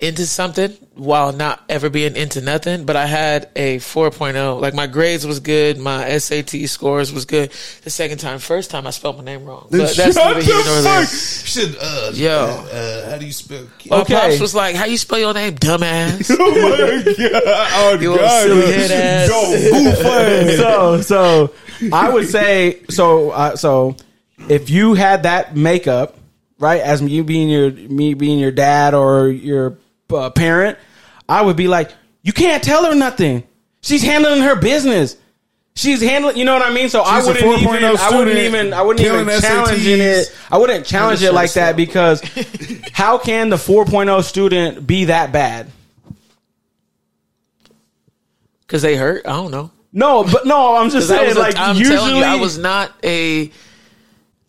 into something while not ever being into nothing. But I had a 4.0. Like my grades was good. My SAT scores was good. The second time, first time, I spelled my name wrong. But that's neither here nor there.
Should uh,
Yo.
uh, how do you spell?
My
Okay.
pops was like, "How you spell your name, dumbass?"
Oh my god! Oh
You little
god!
silly head ass.
so so I would say so uh, so if you had that makeup right as you being your me being your dad or your uh, parent, I would be like, you can't tell her nothing. She's handling her business. She's handling, you know what I mean. So
She's
I
a
wouldn't
4.0
even, I wouldn't
student,
even, I wouldn't even
killing
challenge
SATs.
it. I wouldn't challenge it like that
should've
because how can the 4.0 student be that bad?
Because they hurt. I don't know.
No, but no, I'm just
'Cause I
saying.
was a-
like
I'm
usually,
telling you, I was not a.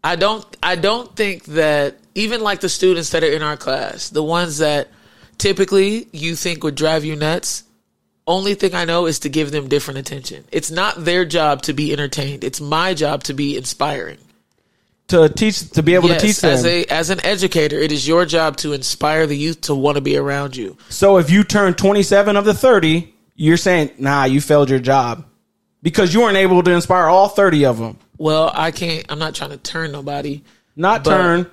I don't. I don't think that even like the students that are in our class, the ones that typically you think would drive you nuts. Only thing I know is to give them different attention. It's not their job to be entertained. It's my job to be inspiring.
to teach to be able
Yes,
to teach them.
as a as an educator, it is your job to inspire the youth to want to be around you.
So if you turn 27 of the 30, you're saying, nah, you failed your job because you weren't able to inspire all 30 of them.
Well, I can't. I'm not trying to turn nobody.
Not
But-
turn,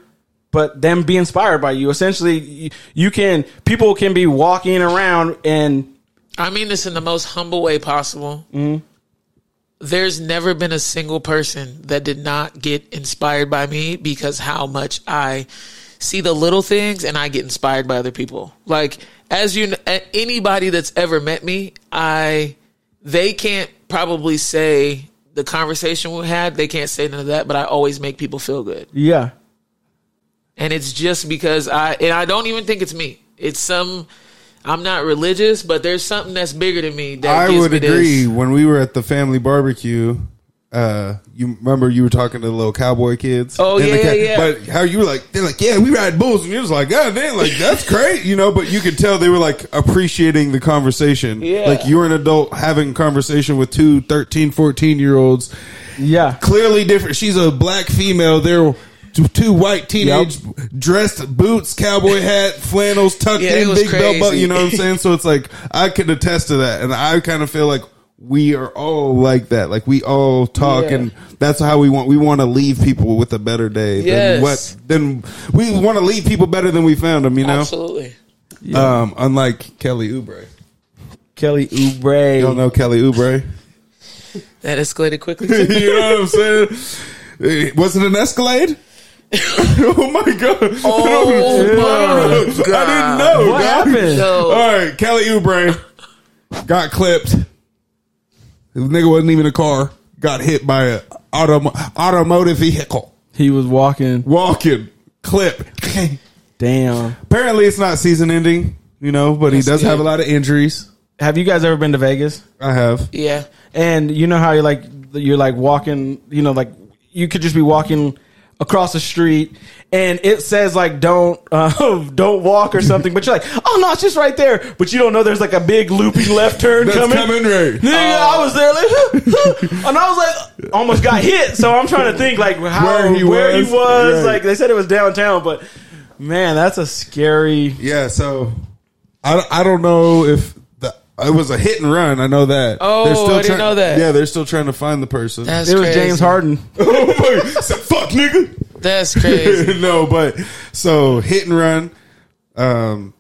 but them be inspired by you. Essentially, you, you can, people can be walking around and
I mean this in the most humble way possible. There's never been a single person that did not get inspired by me because how much I see the little things and I get inspired by other people. Like as you kn- a- anybody that's ever met me, I they can't probably say the conversation we had, they can't say none of that, but I always make people feel good.
yeah.
and it's just because I and I don't even think it's me. It's some I'm not religious, but there's something that's bigger than me that
I
gives
would
me
agree.
this.
When we were at the family barbecue, uh, you remember you were talking to the little cowboy kids.
Oh,
in the
yeah, yeah.
But how you were like, they're like, yeah, we ride bulls, and you was like, God damn, like that's great, you know. But you could tell they were like appreciating the conversation.
Yeah.
like you're an adult having conversation with two 13, 14 year olds.
Yeah.
Clearly different. She's a black female. They're t- two white teenage dressed boots, cowboy hat, flannels tucked
Yeah, it
in,
was
big belt buckle.
crazy.
You know what I'm saying? So it's like I could attest to that, and I kind of feel like we are all like that. Like we all talk,
Yeah.
and that's how we want. We want to leave people with a better day
Yes.
than what. Then we want to leave people better than we found them. You know,
Absolutely.
um, unlike Kelly Oubre.
Kelly
You don't
Oubre.
know Kelly Oubre.
That escalated quickly. too.
you know what I'm saying? Eh, Was it an Escalade? oh my god!
Oh
I don't-
my God.
I didn't know.
What
dog.
happened?
So-
All right, Kelly Oubre got clipped. The nigga wasn't even a car. Got hit by a autom- automotive vehicle.
He was walking.
Walking clip.
Damn.
Apparently, it's not season ending. You know, but he
That's
does
good.
have a lot of injuries.
Have you guys ever been to Vegas?
I have.
yeah.
And you know how you're like you're like walking, you know, like you could just be walking across the street and it says like don't uh, don't walk or something, but you're like, oh no, it's just right there. But you don't know there's like a big looping left turn
That's
coming.
coming right.
Nigga, I was there like, and I was like, almost got hit. So I'm trying to think like how
Where
where
he
he
was.
was.
Right.
Like they said it was downtown, but man, that's a scary.
Yeah, so I, I don't know if the, it was a hit and run. I know that.
Oh, I didn't
trying-
know that.
Yeah, they're still trying to find the person.
That's
It was
crazy.
James Harden.
Oh my- so, fuck, nigga.
That's crazy.
no, but so hit and run. Um,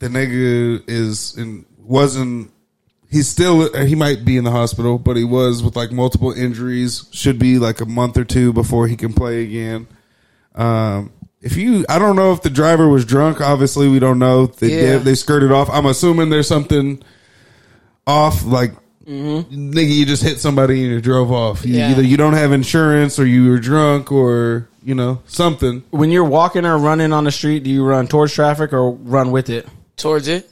the nigga is in wasn't. He's still. He might be in the hospital, but he was with like multiple injuries. Should be like a month or two before he can play again. Um, if you, I don't know if the driver was drunk. Obviously, we don't know. They
Yeah.
they, they skirted off. I'm assuming there's something off. Like nigga, you just hit somebody and you drove off. You,
Yeah.
Either you don't have insurance, or you were drunk, or you know something.
When you're walking or running on the street, do you run towards traffic or run with it?
Towards it.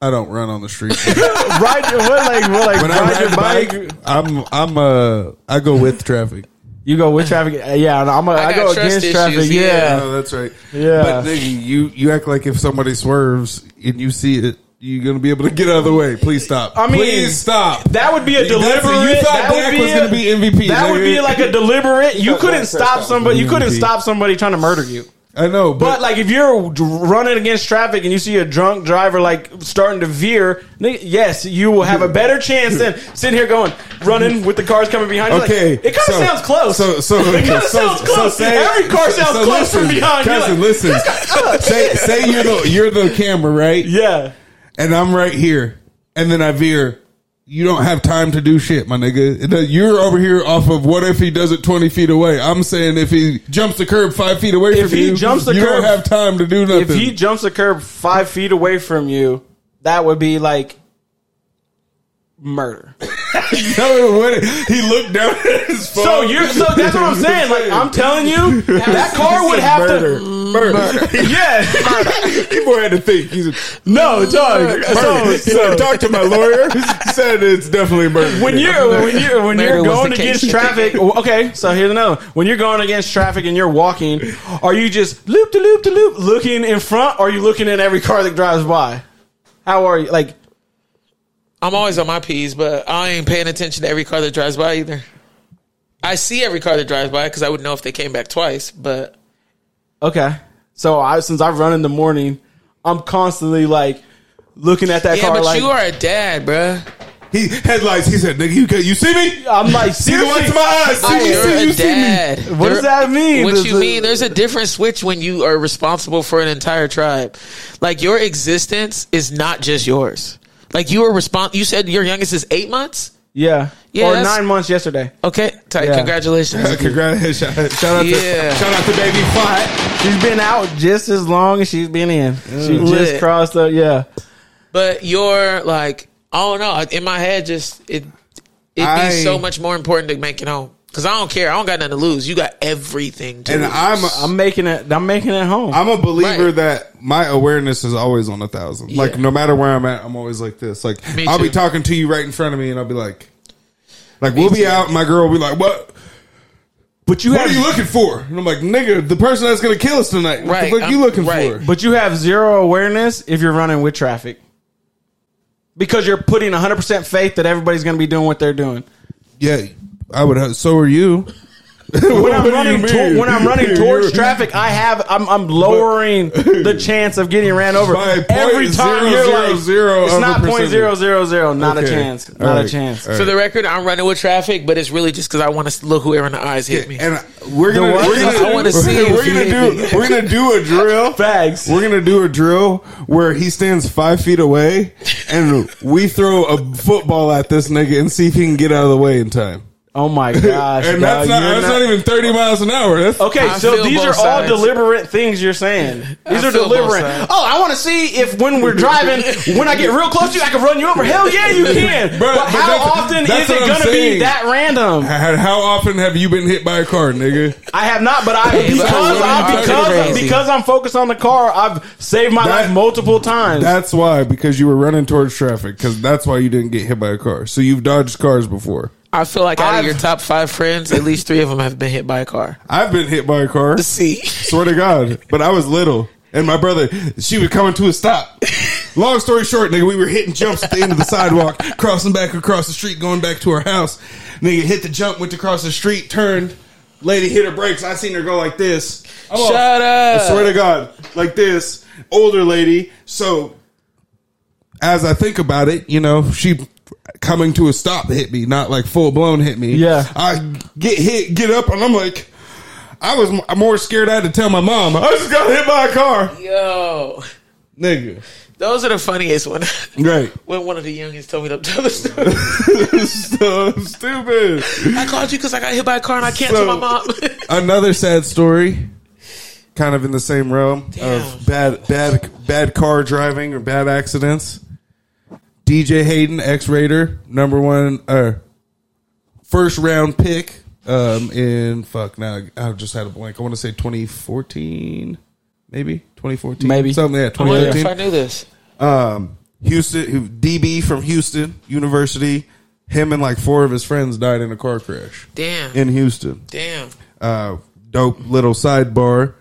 I don't run on the street.
Ride your what, like what, like
when I
ride
ride
your
the
bike.
bike, I'm I'm uh I go with traffic.
You go with traffic. Uh, Yeah, and I'm a, I,
got
go
trust
against
issues,
traffic.
yeah.
Yeah.
Oh, that's right.
Yeah.
but nigga, you you act like if somebody swerves and you see it, you're gonna be able to get out of the way. Please stop.
I mean,
please stop.
That would be a
That's-
deliberate.
You thought
that would
Dak
be
was
a-
gonna be MVP?
That would
nigga.
be like a deliberate. You
thought Dak
couldn't
Prescott
stop
was
somebody. You
the
couldn't
MVP.
stop somebody trying to murder you.
I know,
But like, if you're d- running against traffic and you see a drunk driver like starting to veer, nigga, yes, you will have a better chance than sitting here going running with the cars coming behind. you. Like,
Okay,
it kind of
so-
sounds close.
So, so
it kind of
so-
sounds
so
close.
say-
Every car sounds
so
close
listen,
from behind. You're
Cousin,
like,
listen. say, say you're the you're the camera, right?
yeah,
And I'm right here, and then I veer. You don't have time to do shit, my nigga. You're over here off of what if he does it 20 feet away. I'm saying if he jumps the curb five feet away
If
from
he
you,
jumps the
you don't
curb-
have time to do nothing.
if he jumps the curb five feet away from you, that would be like murder.
No, it wouldn't. he looked down at his phone.
So you're so that's what I'm saying. Like I'm telling you, that car would have to.
murder. murder.
Yeah,
he boy had to think. He's a,
no, dog. So,
murder.
so
talk to my lawyer. He said it's definitely murder.
when you're when you're when
Murder
you're
was
going
the case.
against traffic. Okay, so here's another. One. When you're going against traffic and you're walking, are you just loop to loop to loop looking in front? Or are you looking at every car that drives by? How are you? Like
I'm always on my P's, but I ain't paying attention to every car that drives by either. I see every car that drives by because I would know if they came back twice, but
okay, so I since I run in the morning, I'm constantly like looking at that
yeah,
car.
but
like
you are a dad, bruh.
He headlights. He said, "Nigga, you ca- you see me?
I'm like
See the whites
seriously.
of my eyes. See me.
You're
See
a
you. See me."
dad.
What does that mean?
What
Does
you
it-
mean? There's a different switch when you are responsible for an entire tribe. Like your existence is not just yours. Like you are respons. You said your youngest is eight months.
Yeah,
Yeah,
or
that's-
nine months yesterday.
Okay, tight.
Yeah.
Congratulations.
Uh, Congrats! Shout, shout out
Yeah.
to shout out to baby Fly.
She's been out just as long as she's been in. She
Lit.
just crossed up. Yeah,
But you're like, I don't know. In my head, just it. It'd be
I-
so much more important to make it home. Cause I don't care. I don't got nothing to lose. You got everything to
And
lose.
I'm
I'm making it. I'm making it home.
I'm a believer
Right.
that my awareness is always on a thousand. Like
Yeah.
no matter where I'm at, I'm always like this. Like
Me
I'll be
too.
talking to you right in front of me, and I'll be like, like we'll be
too.
out. and My girl will be like, what?
but you
What
have.
are you looking for? And I'm like, nigga, the person that's gonna kill us tonight. What
Right,
the fuck
I'm-
you looking
right.
for?
but you have zero awareness if you're running with traffic, because you're putting 100 percent faith that everybody's going to be doing what they're doing.
Yeah, I would. uh, So are you?
When I'm
What do you
running,
mean?
to, when I'm running
You're-
towards traffic, I have. I'm, I'm lowering the chance of getting ran over
By
every time. You're like,
0.00
it's
of
not
a
point
percentage.
zero zero zero. Not a
Okay.
chance.
All
Not
right.
a chance.
All right.
For the record, I'm running with traffic, but it's really just because I want to look whoever in the eyes hit me.
And we're gonna,
what?
we're gonna,
I wanna see
we're,
if you
gonna
hit
do, we're gonna do a drill.
Bags.
We're gonna do a drill where he stands five feet away, and we throw a football at this nigga and see if he can get out of the way in time.
Oh my gosh.
And that's
dog,
not
you're
that's not, even thirty miles an hour. That's
Okay,
I
so
feel
these
both
are all
sides.
deliberate things you're saying. These
I
are
feel both
deliberate.
sides.
Oh, I want to see if when we're driving, when I get real close to you, I can run you over. Hell yeah, you can.
Bro,
but,
but
how
that's-
often
that's
is it
what I'm
going to be
saying.
that random?
How, how often have you been hit by a car, nigga?
I have not, but I
but
because
what are
I
you talking
because
about?
because I'm focused on the car, I've saved my
That-
life multiple times.
That's why because you were running towards traffic. Because that's why you didn't get hit by a car. So you've dodged cars before.
I feel like out
I've-
of your top five friends, at least three of them have been hit by a car.
I've been hit by a car.
See,
Swear to God. But I was little. And my brother, she was coming to a stop. Long story short, nigga, we were hitting jumps at the end of the sidewalk, crossing back across the street, going back to our house. Nigga hit the jump, went across the street, turned. Lady hit her brakes. I seen her go like this. I'm all-
shut up.
I swear to God, like this older lady. So, as I think about it, you know, she coming to a stop hit me, not like full blown hit me.
Yeah.
I get hit, get up, and I'm like, I was m- more scared. I had to tell my mom I just got hit by a car,
Yo,
nigga.
those are the funniest one.
Right,
when one of the youngins told me to tell the story,
so stupid.
I called you because I got hit by a car and I can't
So-
tell my mom.
Another sad story. Kind of in the same realm
Damn.
of bad, bad, bad car driving or bad accidents. DJ Hayden, X Raider, number one, uh, first round pick. Um, in fuck now, I just had a blank. I want to say 2014, maybe 2014,
Maybe.
something. Yeah,
I wonder if
2013
I knew this.
um, Houston, who, DB from Houston University. Him and like four of his friends died in a car crash
Damn,
in Houston.
damn.
Uh, dope little sidebar.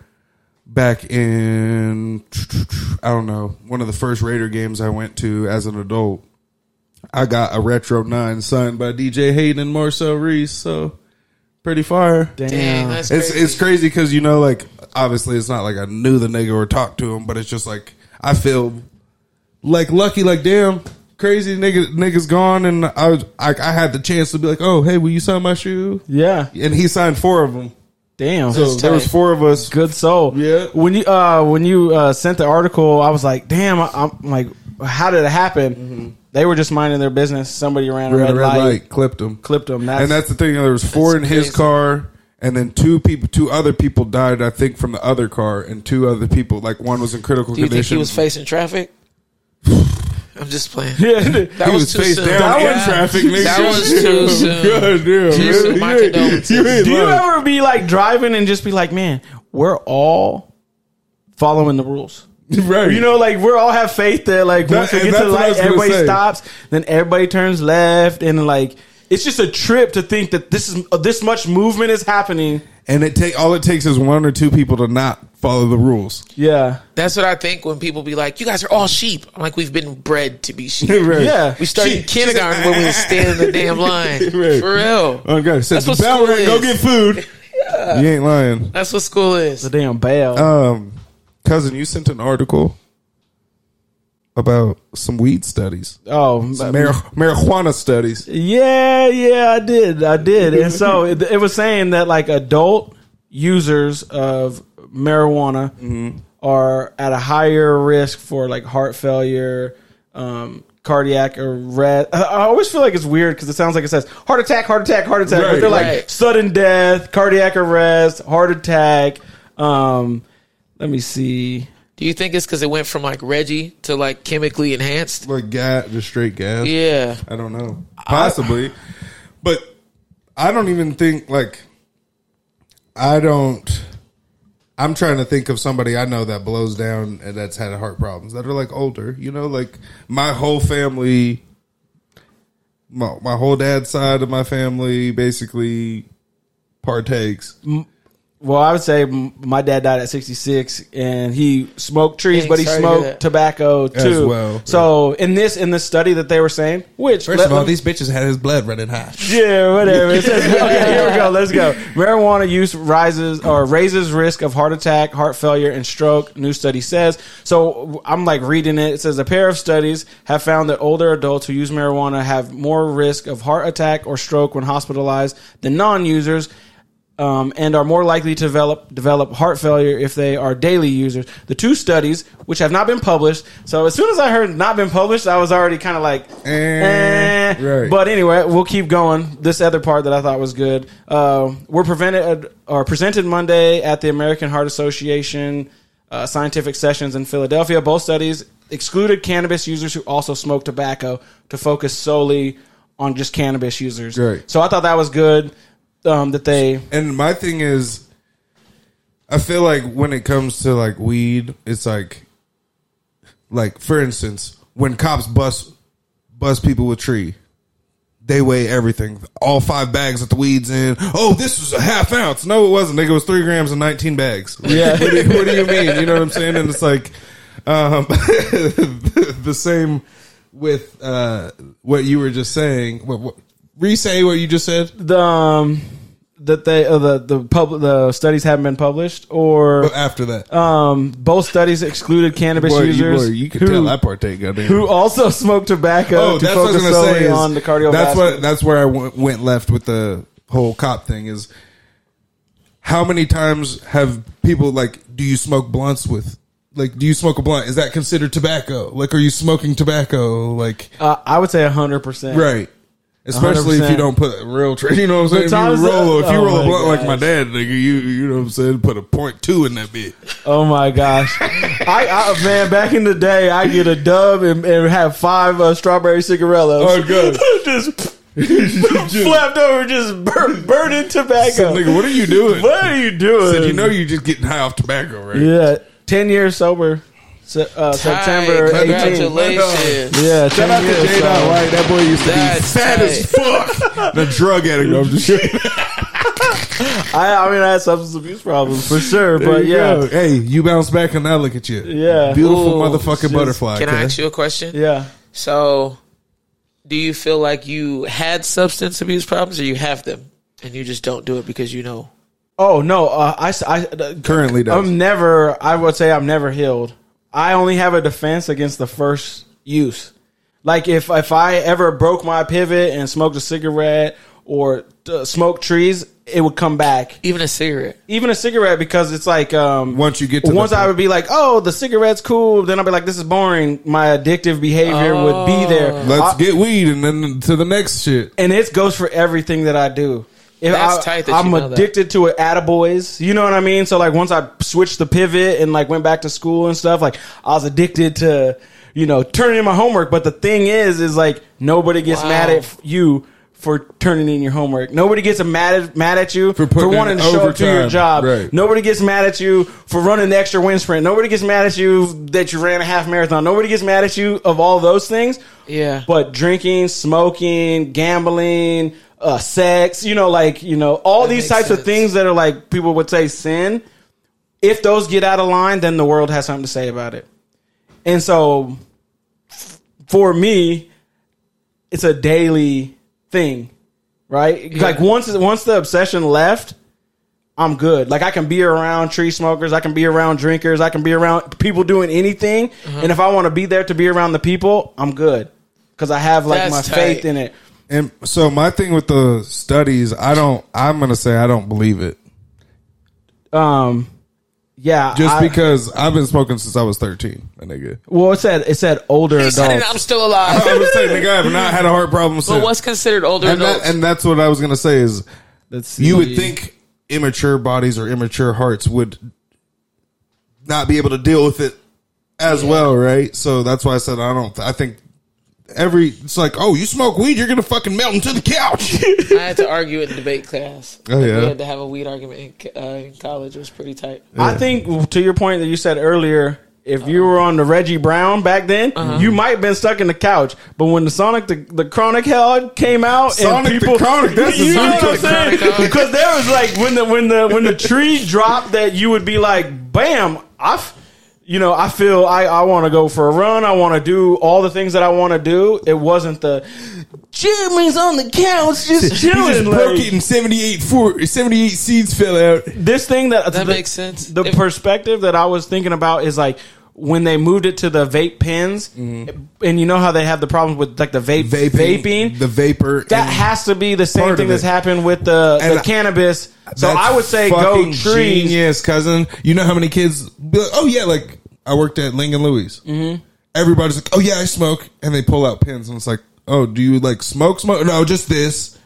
Back in, I don't know, one of the first Raider games I went to as an adult, I got a retro nine signed by DJ Hayden and Marcel Reese. So pretty fire.
Dang, that's
It's
crazy.
it's crazy because you know, like obviously, it's not like I knew the nigga or talked to him, but it's just like I feel like lucky, like damn, crazy nigga, nigga's gone, and I was I, I had the chance to be like, oh hey, will you sign my shoe?
yeah.
And he signed four of them.
Damn.
So there was four of us.
good soul.
Yeah.
When you uh when you uh sent the article, I was like, damn. I, I'm like, how did it happen? They were just minding their business. Somebody ran a
Mm-hmm. Ran
red,
a red
light,
light, clipped him,
clipped them. That's,
and that's the thing. There was four in
That's
his
crazy.
car, and then two people, two other people died. I think from the other car, and two other people, like one was in critical
Do you think
condition.
he was facing traffic? I'm just playing.
yeah.
That
He
was,
was
too
face
soon.
down
That
in
was-
traffic, nigga.
That was too soon.
God damn,
Jesus,
man.
my
You ain't-
condolences.
you ain't
Do you
lying.
ever be like driving and just be like, man, we're all following the rules.
Right.
You know, like we're all have faith that like
That-
once we
and
get to
that's
the
what I was
light,
gonna
everybody
say.
stops, then everybody turns left, and like it's just a trip to think that this is uh, this much movement is happening.
and it take all it takes is one or two people to not follow the rules.
Yeah,
That's what I think when people be like, "You guys are all sheep." I'm like, "We've been bred to be sheep."
yeah.
We started in
Sheep.
kindergarten when we was standing in the damn line.
Right.
For real,
Oh god, says
That's what
bell
school
rang, go
is.
get food. You ain't lying.
that's what school is.
The damn bail.
Um, cousin, you sent an article about some weed studies,
oh,
some mar- marijuana studies.
Yeah, yeah, I did. I did. And so it, it was saying that like adult users of marijuana are at a higher risk for like heart failure, um, cardiac arrest. I, I always feel like it's weird because it sounds like it says heart attack, heart attack, heart attack. but
Right,
they're like
right.
sudden death, cardiac arrest, heart attack. Um, let me see.
Do you think it's because it went from like Reggie to like chemically enhanced?
Like gas, just straight gas.
Yeah,
I don't know. Possibly. but I don't even think like I don't. I'm trying to think of somebody I know that blows down and that's had heart problems that are like older. You know, like my whole family, my my whole dad's side of my family basically partakes.
Well, I would say m- my dad died at 66, and he smoked trees,
Dang,
but he
sorry to hear
smoked
that.
tobacco too.
well,
So in this in this study that they were saying, which
First
let-
of all,
let-
these bitches had his blood running high.
yeah, whatever. It says, okay, here we go. Let's go. Marijuana use rises or raises risk of heart attack, heart failure, and stroke. New study says. So I'm like reading it. It says a pair of studies have found that older adults who use marijuana have more risk of heart attack or stroke when hospitalized than non-users. Um, and are more likely to develop develop heart failure if they are daily users. The two studies, which have not been published, so as soon as I heard not been published, I was already kind of like,
Eh,
eh.
right.
But anyway, we'll keep going. This other part that I thought was good. Uh, we're prevented or presented Monday at the American Heart Association uh, scientific sessions in Philadelphia. Both studies excluded cannabis users who also smoke tobacco to focus solely on just cannabis users.
Right.
So I thought that was good um, that they
And my thing is, I feel like when it comes to like weed, it's like, like for instance, when cops bust bust people with tree, they weigh everything, all five bags that the weeds in. Oh, this was a half ounce. No, it wasn't. Nigga, it was three grams and nineteen bags. Yeah. what, do you, what do you mean? You know what I'm saying? And it's like, um, the same with uh, what you were just saying. What, what, re-say what you just said
the. Um, that they uh, the the pub, the studies haven't been published or
after that.
um, both studies excluded cannabis
Boy, you,
users
boy, you can
who-
tell I partake. Goddamn.
who also smoke tobacco
oh,
to
that's what I was
focus
gonna
solely
say. Is,
on the cardiovascular.
That's what. That's where I w- went left with the whole cop thing. Is how many times have people like? Do you smoke blunts with? Like, do you smoke a blunt? Is that considered tobacco? Like, are you smoking tobacco? Like,
uh, I would say hundred percent.
right. Especially if you
100%.
don't put a real tra You know what I'm saying? If
Sometimes
you roll,
the-
if you
oh
roll a
my
blunt like
gosh.
my dad, nigga, you you know what I'm saying? Put a point two in that bit.
Oh my gosh, I, I man, back in the day, I get a dub and, and have five uh, strawberry cigarillos.
Oh, God.
just flapped over, just bur- burning
Said,
tobacco.
nigga, what are you doing?
what are you doing?
Said, you know you're just getting high off tobacco, right?
yeah, ten years sober, se- uh, September
Tight.
18th.
Congratulations.
Yeah,
Shout out
ten
to J
years
Dot
sober.
White. That boy used to
That's
be fat
tight.
as fuck. the drug addict. I'm just kidding.
I, I mean, I had substance abuse problems for sure,
There
but
you
yeah,
go. Hey, you bounce back and I look at you.
Yeah.
Beautiful
Ooh,
motherfucking butterfly.
Can I
cuz.
ask you a question?
yeah.
So, do you feel like you had substance abuse problems, or you have them and you just don't do it because you know?
Oh no, uh, I, s- I- uh,
Currently does.
I'm never. I would say I'm never healed. I only have a defense against the first use. Like if if I ever broke my pivot and smoked a cigarette or uh, smoked trees, it would come back.
Even a cigarette.
Even a cigarette because it's like um,
Once you get to the
once I
point.
would be like, oh, the cigarette's cool. Then I'd be like, this is boring. My addictive behavior would be there.
Let's
I-
get weed and then to the next shit.
and it goes for everything that I do. If
That's
I,
tight that
I'm
you know that.
addicted to it, attaboys. You know what I mean? So like once I switched the pivot and like went back to school and stuff, like I was addicted to, you know, turning in my homework. But the thing is, is like nobody gets
Wow.
mad at you for turning in your homework. Nobody gets mad at, mad at you for,
putting in
wanting to show up to your
overtime.
job.
Right.
Nobody gets mad at you for running the extra wind sprint. Nobody gets mad at you that you ran a half marathon. Nobody gets mad at you of all those things.
Yeah.
But drinking, smoking, gambling, uh, sex, you know, like, you know, all
That
these
makes
types of
sense.
things that are like people would say sin. If those get out of line, then the world has something to say about it. And so f- for me, it's a daily thing, right? Like once once the obsession left, I'm good. Like I can be around tree smokers, I can be around drinkers, I can be around people doing anything. And if I want to be there to be around the people, I'm good because I have like
That's
my
tight.
faith in it.
And so my thing with the studies, I don't. I'm gonna say I don't believe it.
Um, yeah.
Just
I-
because I've been smoking since I was 13, my nigga.
well, it said it said older
He said it,
adults.
I'm still alive.
I was saying, nigga, I have not had a heart problem since.
But what's considered older
and, that,
adults?
and that's what I was gonna say is
Let's see.
you would think immature bodies or immature hearts would not be able to deal with it as well, right? So that's why I said I don't. I think every it's like, oh, you smoke weed, you're gonna fucking melt into the couch.
I had to argue in debate class.
Oh, yeah?
we had to have a weed argument in, uh, in college. It was pretty tight.
I think to your point that you said earlier, if you were on the Reggie Brown back then, you might have been stuck in the couch. But when the Sonic the, the Chronic Hell came out,
Sonic the
and people,
Chronic, that's the
you know
Sonic
what I'm
the
saying?
Chronic Hell.
Because there was like when the when the when the tree dropped, that you would be like, bam, I. F- you know, I feel I, I want to go for a run. I want to do all the things that I want to do. It wasn't the Jimmy's on the couch just
He
chilling.
just broke
like-
it and 78, four, 78 seeds fell out.
this thing that
That
the-
makes sense.
The
If-
perspective that I was thinking about is like when they moved it to the vape pens,
Mm-hmm.
and you know how they have the problems with like the vape vaping.
the vapor.
that
and-
has to be the
part
same
of
thing that's
it.
happened with the,
And
the
I-
cannabis. So
That's
I would say go
fucking
trees.
Genius, cousin. You know how many kids? Be like, oh yeah, like I worked at Ling and Louis. Mm-hmm. Everybody's like, oh yeah, I smoke, and they pull out pins, and it's like, oh, do you like smoke? Smoke? No, just this.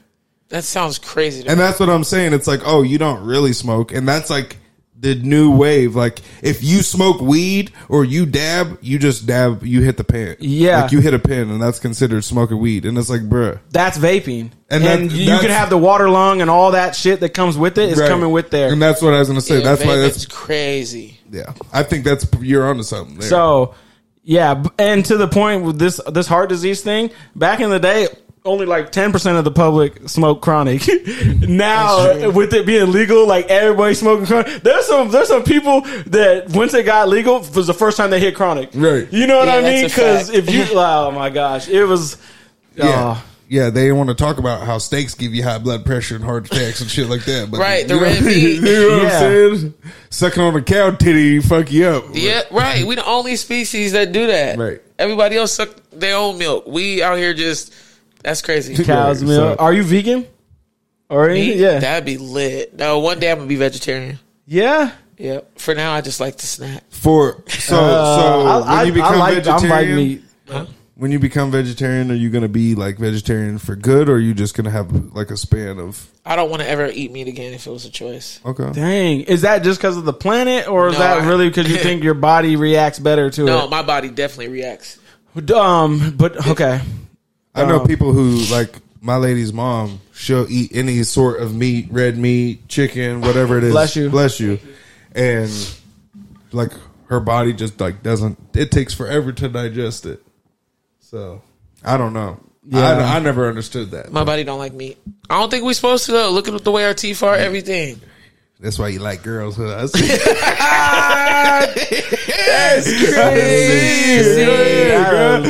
That sounds crazy. To
And
me.
that's what I'm saying. It's like, oh, you don't really smoke, and that's like the new wave. Like if you smoke weed or you dab, you just dab. You hit the pin.
Yeah.
like you hit a pin, and that's considered smoking weed. And it's like, bruh.
That's vaping,
And
and,
that-
you
that's-
can have the water lung and all that shit that comes with it is
Right.
coming with there.
and that's what I was gonna say.
Yeah,
that's why
vape
that's
is crazy.
yeah. I think that's you're onto something. There.
So, yeah, b- and to the point with this this heart disease thing, back in the day, only like ten percent of the public smoked chronic. now, with it being legal, like everybody smoking chronic. There's some there's some people that once it got legal was the first time they hit chronic.
Right.
You know what
Yeah,
I
that's
mean?
a
Because
fact.
if you, oh my gosh, it was.
Yeah.
oh.
Yeah, they want to talk about how steaks give you high blood pressure and heart attacks and shit like that. But
Right, the
you know,
red meat.
you know what
Yeah.
I'm saying? Sucking on a cow titty fuck you up.
Yeah, right. We the only species that do that.
Right.
Everybody else suck their own milk. We out here just that's crazy.
Cow's
So-
milk. Are you vegan? Or
Me?
anything? yeah,
That'd be lit. No, one day I'm gonna be vegetarian.
yeah.
Yep. For now, I just like to snack.
For so so
Uh, I,
when you
I-
become
I like,
vegetarian,
I like meat.
when you become vegetarian, are you going to be like vegetarian for good, or are you just going to have like a span of
I don't want to ever eat meat again if it was a choice.
okay?
Dang, is that just because of the planet, or is
No,
that
I-
really because you think your body reacts better to
No, my body definitely reacts.
it? Um, but okay,
I know
Um,
people who like my lady's mom. She'll eat any sort of meat, red meat, chicken, whatever it is.
Bless you.
bless you. And like her body just like doesn't. It takes forever to digest it. So I don't know.
Yeah.
I, I never understood that.
My body don't like meat. I don't think we're supposed to though. Look at the way our teeth are. Everything.
That's why you like girls. Huh? That's
Crazy.
Um,
Go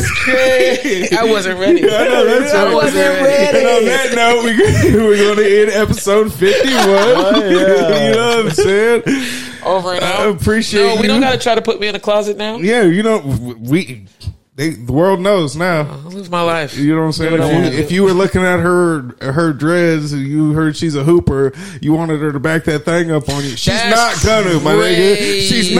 That's crazy. I wasn't ready.
that's
I
right.
wasn't ready.
And on that note, we, we're going to end episode 51.
Oh,
you know what I'm saying?
Over and
I
out.
appreciate
no, we
you.
don't gotta try to put me in a closet now.
Yeah, you know, we they the world knows now.
I live my life.
You know what I'm saying?
Do what I
If
wanna
you, if you were looking at her her dreads, and you heard she's a hooper. You wanted her to back that thing up on you. She's
That's
not gonna, my nigga. She's
crazy.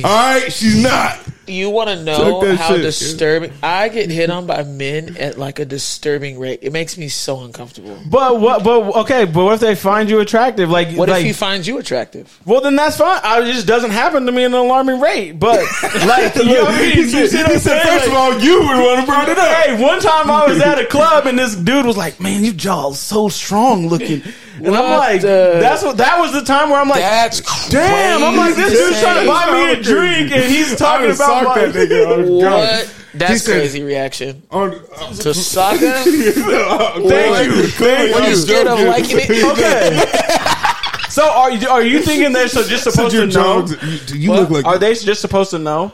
not. All right, she's not.
You want to
Talk
know
that
how
shit.
disturbing? I get hit on by men at like a disturbing rate. It makes me so uncomfortable.
but what? But okay, but what if they find you attractive? Like,
What
like,
if he finds you attractive?
well, then that's fine. I, it just doesn't happen to me at an alarming rate. But like, you know what I mean? You see what I'm
He said,
saying?
first of
Like-
all, you were the one who brought it up.
Hey, one time I was at a club and this dude was like, "Man, you jaw's so strong looking," and I'm
What
like,
the-
"That's what." That was the time where I'm like,
That's crazy.
Damn, I'm like, this dude's trying to buy me a
Fucking-
drink and he's
I
talking
would've
about
socked
like,
that nigga. I would've done it.
What? That's
said-
crazy reaction
On, uh,
to sock him.
thank
What?
you. Thank
What,
you.
you scared of
Thank you.
liking it?
Okay. so are you are you thinking they're so just
Said
supposed
your
to know?
dogs- You, you look like
Are they just supposed to know?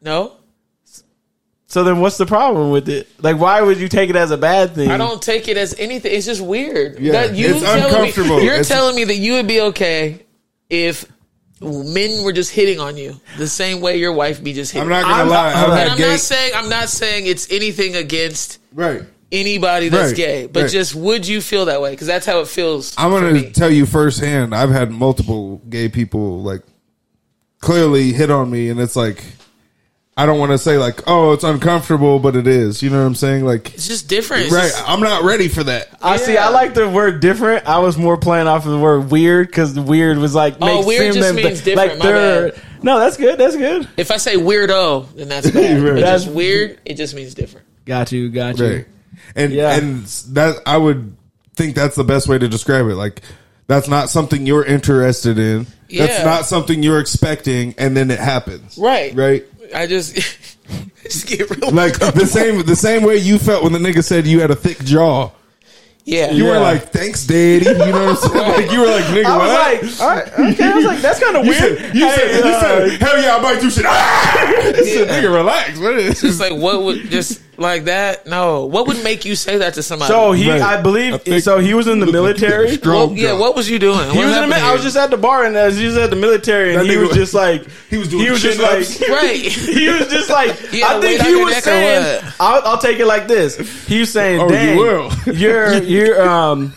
No,
So then what's the problem with it? Like why would you take it as a bad thing?
I don't take it as anything. It's just weird.
Yeah,
That you
it's
telling
uncomfortable.
Me, you're
It's-
telling me that you would be okay if men were just hitting on you the same way your wife be just hitting.
I'm not gonna
I'm not-
lie. I'm
and
and
not
I'm
gay.
not saying I'm not saying it's anything against
Right.
anybody that's
Right,
gay, but
right.
just would you feel that way? Because that's how it feels.
I'm
for
gonna
me.
tell you firsthand. I've had multiple gay people like clearly hit on me, and it's like I don't want to say like, oh, it's uncomfortable, but it is. You know what I'm saying? Like,
It's just different. It's
right?
just-
I'm not ready for that.
I see. I like the word different. I was more playing off of the word weird because the weird was like
Oh,
makes
weird
them
just
them-
means different,
Like
my
they're
bad.
No, that's good. That's good.
If I say weirdo, then that's bad.
Right.
But
That's-
just weird, it just means different.
Got you. Got you.
Right. And
Yeah.
and that I would think that's the best way to describe it. Like that's not something you're interested in.
Yeah.
That's not something you're expecting and then it happens.
Right.
Right.
I just, just get real.
Like the same the same way you felt when the nigga said you had a thick jaw.
yeah.
You were
Yeah.
like, "Thanks, daddy." You know what I'm saying? Like you were like, "Nigga,
I was
what?"
like, all right, okay. I was like, that's kind of
you
weird.
said, you,
Hey,
said, you
uh,
said, "Hell yeah, I might do shit." Ah! I said,
Yeah.
"Nigga, relax." What is
It's like what would just like that? No, what would make you say that to somebody?
So he,
Right.
I believe.
I think-
so he was in the military.
Strong
Well, yeah,
jaw.
what was you doing?
He was in the. mi- I was just at the bar, and uh, he was at the military, and
That
he
nigga
was
was-
just like
he was doing
just
chin-ups.
like
right.
he was just like
You had
I
a weight
think
on
he
your
was
neck or
saying
what?
I'll, I'll take it like this. He was saying,
Oh, you
"Dang,
will."
you're you're um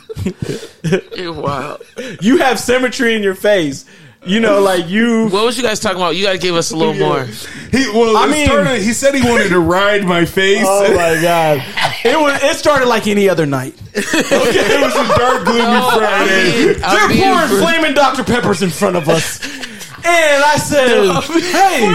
You're wild.
you have symmetry in your face. You know, like you."
What was you guys talking about? You got to give us a little more.
He well,
I
it
mean-
started, he said he wanted to ride my face.
Oh my god! It was. It started like any other night.
it was a dark, gloomy Friday.
Oh, I mean, I
They're
mean,
pouring flaming Dr. Peppers in front of us. And I said, "Oh, "Hey,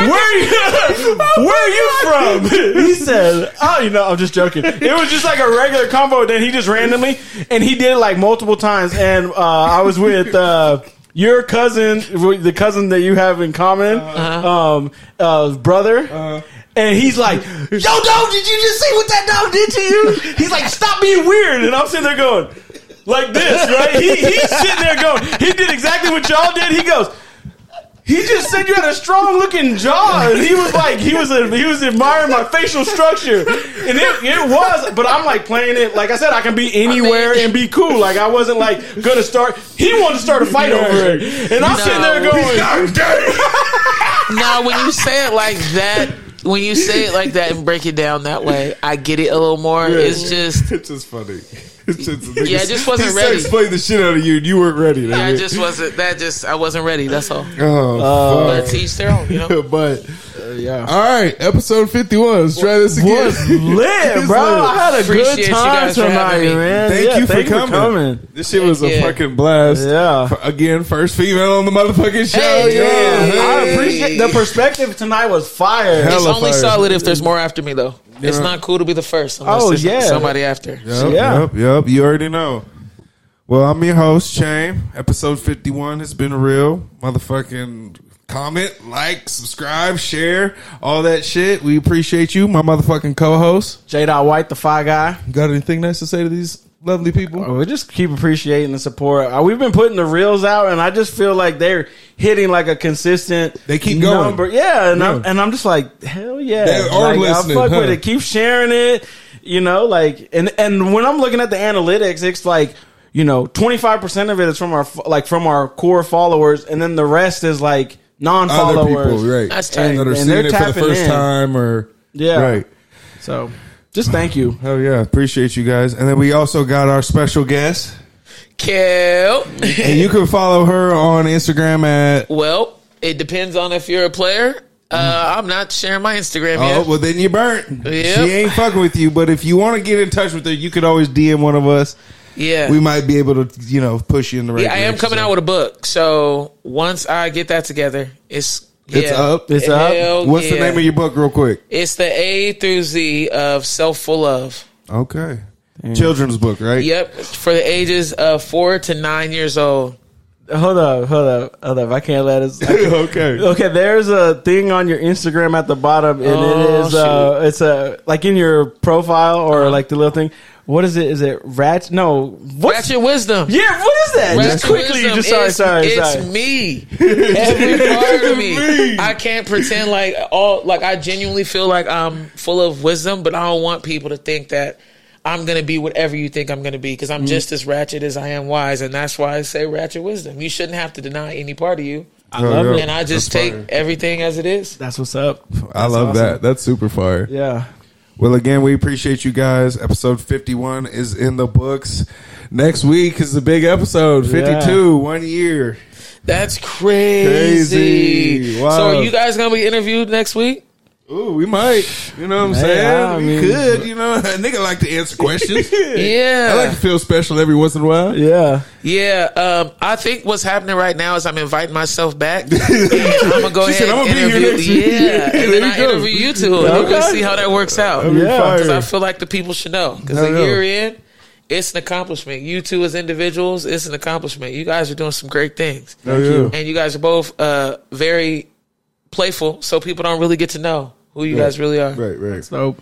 where, Oh where are you from?" He said, "Oh, you know, I'm just joking. It was just like a regular combo. Then he just randomly, and he did it like multiple times. And uh, I was with uh, your cousin, the cousin that you have in common, um, uh, brother, and he's like, "Yo, dog, did you just see what that dog did to you?" He's like, "Stop being weird," and I'm sitting there going. Like this, right? He, he's sitting there going, he did exactly what y'all did. He goes, he just said you had a strong looking jaw, and he was like, he was he was admiring my facial structure, and it, it was. But I'm like playing it, like I said, I can be anywhere and be cool. Like I wasn't like gonna start. He wanted to start a fight over it, and I'm sitting there
No.
going,
I'm dead.
Now, when you say it like that, when you say it like that and break it down that way, I get it a little more. It's just
It's just funny. It's just,
Yeah, I just wasn't
he
ready.
Explain the shit out of you, and you weren't ready.
I
nigga.
just wasn't. That just I wasn't ready. That's all.
oh,
But teach their own. You know.
fuck. but
yeah,
all right, episode fifty-one. Let's try this again.
lit, bro. I had a
Appreciate
good
you
time
guys for
tonight,
having me.
man.
Thank
Yeah,
you for
thank
coming. This shit was a
Yeah.
fucking blast.
Yeah.
F- Again, first female on the motherfucking show.
Hey,
yo.
yeah.
Hey.
I appreciate the perspective tonight was fire.
Hell
It's
Hella
only
fire.
solid if there's more after me though. It's
Yeah.
not cool to be the first unless
Oh,
there's
yeah.
somebody after.
Yep,
Yeah.
yep, yep. You already know. Well, I'm your host, Shane. Episode 51 has been real. Motherfucking comment, like, subscribe, share, all that shit. We appreciate you, my motherfucking co-host.
J. Dot White, the Fire Guy.
Got anything nice to say to these lovely people?
We just keep appreciating the support. Uh, We've been putting the reels out, and I just feel like they're hitting like a consistent.
They keep going.
yeah. And I'm
Yeah.
and I'm just like, hell yeah,
They are
Like,
listening,
I fuck
huh?
with it. Keep sharing it. You know, like, and and when I'm looking at the analytics, it's like. You know, twenty five percent of it is from our f- like from our core followers, and then the rest is like non
Other
Uh, followers.
people, right.
That's tight.
That are
And
seeing
they're
it for the
tapping
first
in.
time or...
Yeah.
Right.
So, just thank you.
Hell yeah. Appreciate you guys. And then we also got our special guest.
Kill.
And you can follow her on Instagram at
well, it depends on if you're a player. Uh, I'm not sharing my Instagram
Mm. Oh,
yet.
well, then you
Yep.
burnt. She ain't fucking with you. But if you want to get in touch with her, you could always DM one of us.
yeah.
We might be able to, you know, push you in the right
yeah, I am
direction.
coming out with a book. So once I get that together, it's yeah.
It's up.
It's up.
Hell
What's the
yeah.
name of your book, real quick?
It's the A through Z of self full love.
Okay. Children's book, right?
Yep, for the ages of four to nine years old.
Hold up, hold up, hold up. I can't let us. I can't-
okay.
Okay, there's a thing on your Instagram at the bottom, and
Oh, Uh-huh.
it is uh, it's a like in your profile or like the little thing. What is it? Is it rat? No, what?
Ratchet wisdom.
Yeah, what is that?
Ratchet
just quickly,
wisdom
just sorry,
is-
sorry,
It's
sorry.
me. Every part of me. I can't pretend like all like I genuinely feel like I'm full of wisdom, but I don't want people to think that I'm gonna be whatever you think I'm gonna be because I'm just as ratchet as I am wise, and that's why I say ratchet wisdom. You shouldn't have to deny any part of you,
I love
yeah.
it.
and I just
That's
take
fire.
everything as it is.
That's what's up.
I love that. That's super fire.
Yeah,
Well, again, we appreciate you guys. Episode 51 is in the books. Next week is the big episode 52, one year.
That's crazy.
Crazy.
So,
Wow.
are you guys gonna be interviewed next week?
Ooh, we might. You know what I'm
Hey,
saying?
I
we
mean-
could. You know, a nigga like to answer questions. I like
Yeah.
to feel special every once in a while.
Yeah.
yeah. Um, I think what's happening right now is I'm inviting myself back. I'm gonna go
She
ahead
said, "I'ma
and
be here
interview.
next year."
Yeah. And
There
then
you
I
go.
interview you two and we're gonna
Okay.
see how that works out.
That'd be
Yeah.
fire.
Because I feel like the people should know. Because
Hell
a
yeah.
year in, it's an accomplishment. You two as individuals, it's an accomplishment. You guys are doing some great things.
Hell yeah.
And you guys are both uh, very playful, so people don't really get to know who you guys really are.
Right, right.
So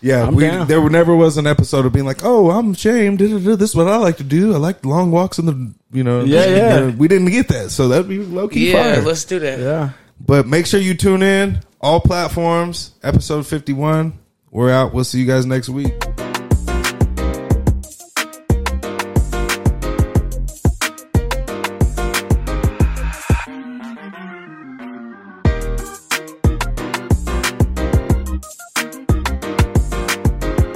Yeah,
I'm
we,
down.
there never was an episode of being like, "Oh, I'm ashamed. duh, duh, duh, This is what I like to do. I like long walks in the, you know."
Yeah, yeah.
We didn't get that, so that'd be low key
Yeah,
fire.
let's do that.
yeah.
But make sure you tune in all platforms. Episode 51. We're out. We'll see you guys next week.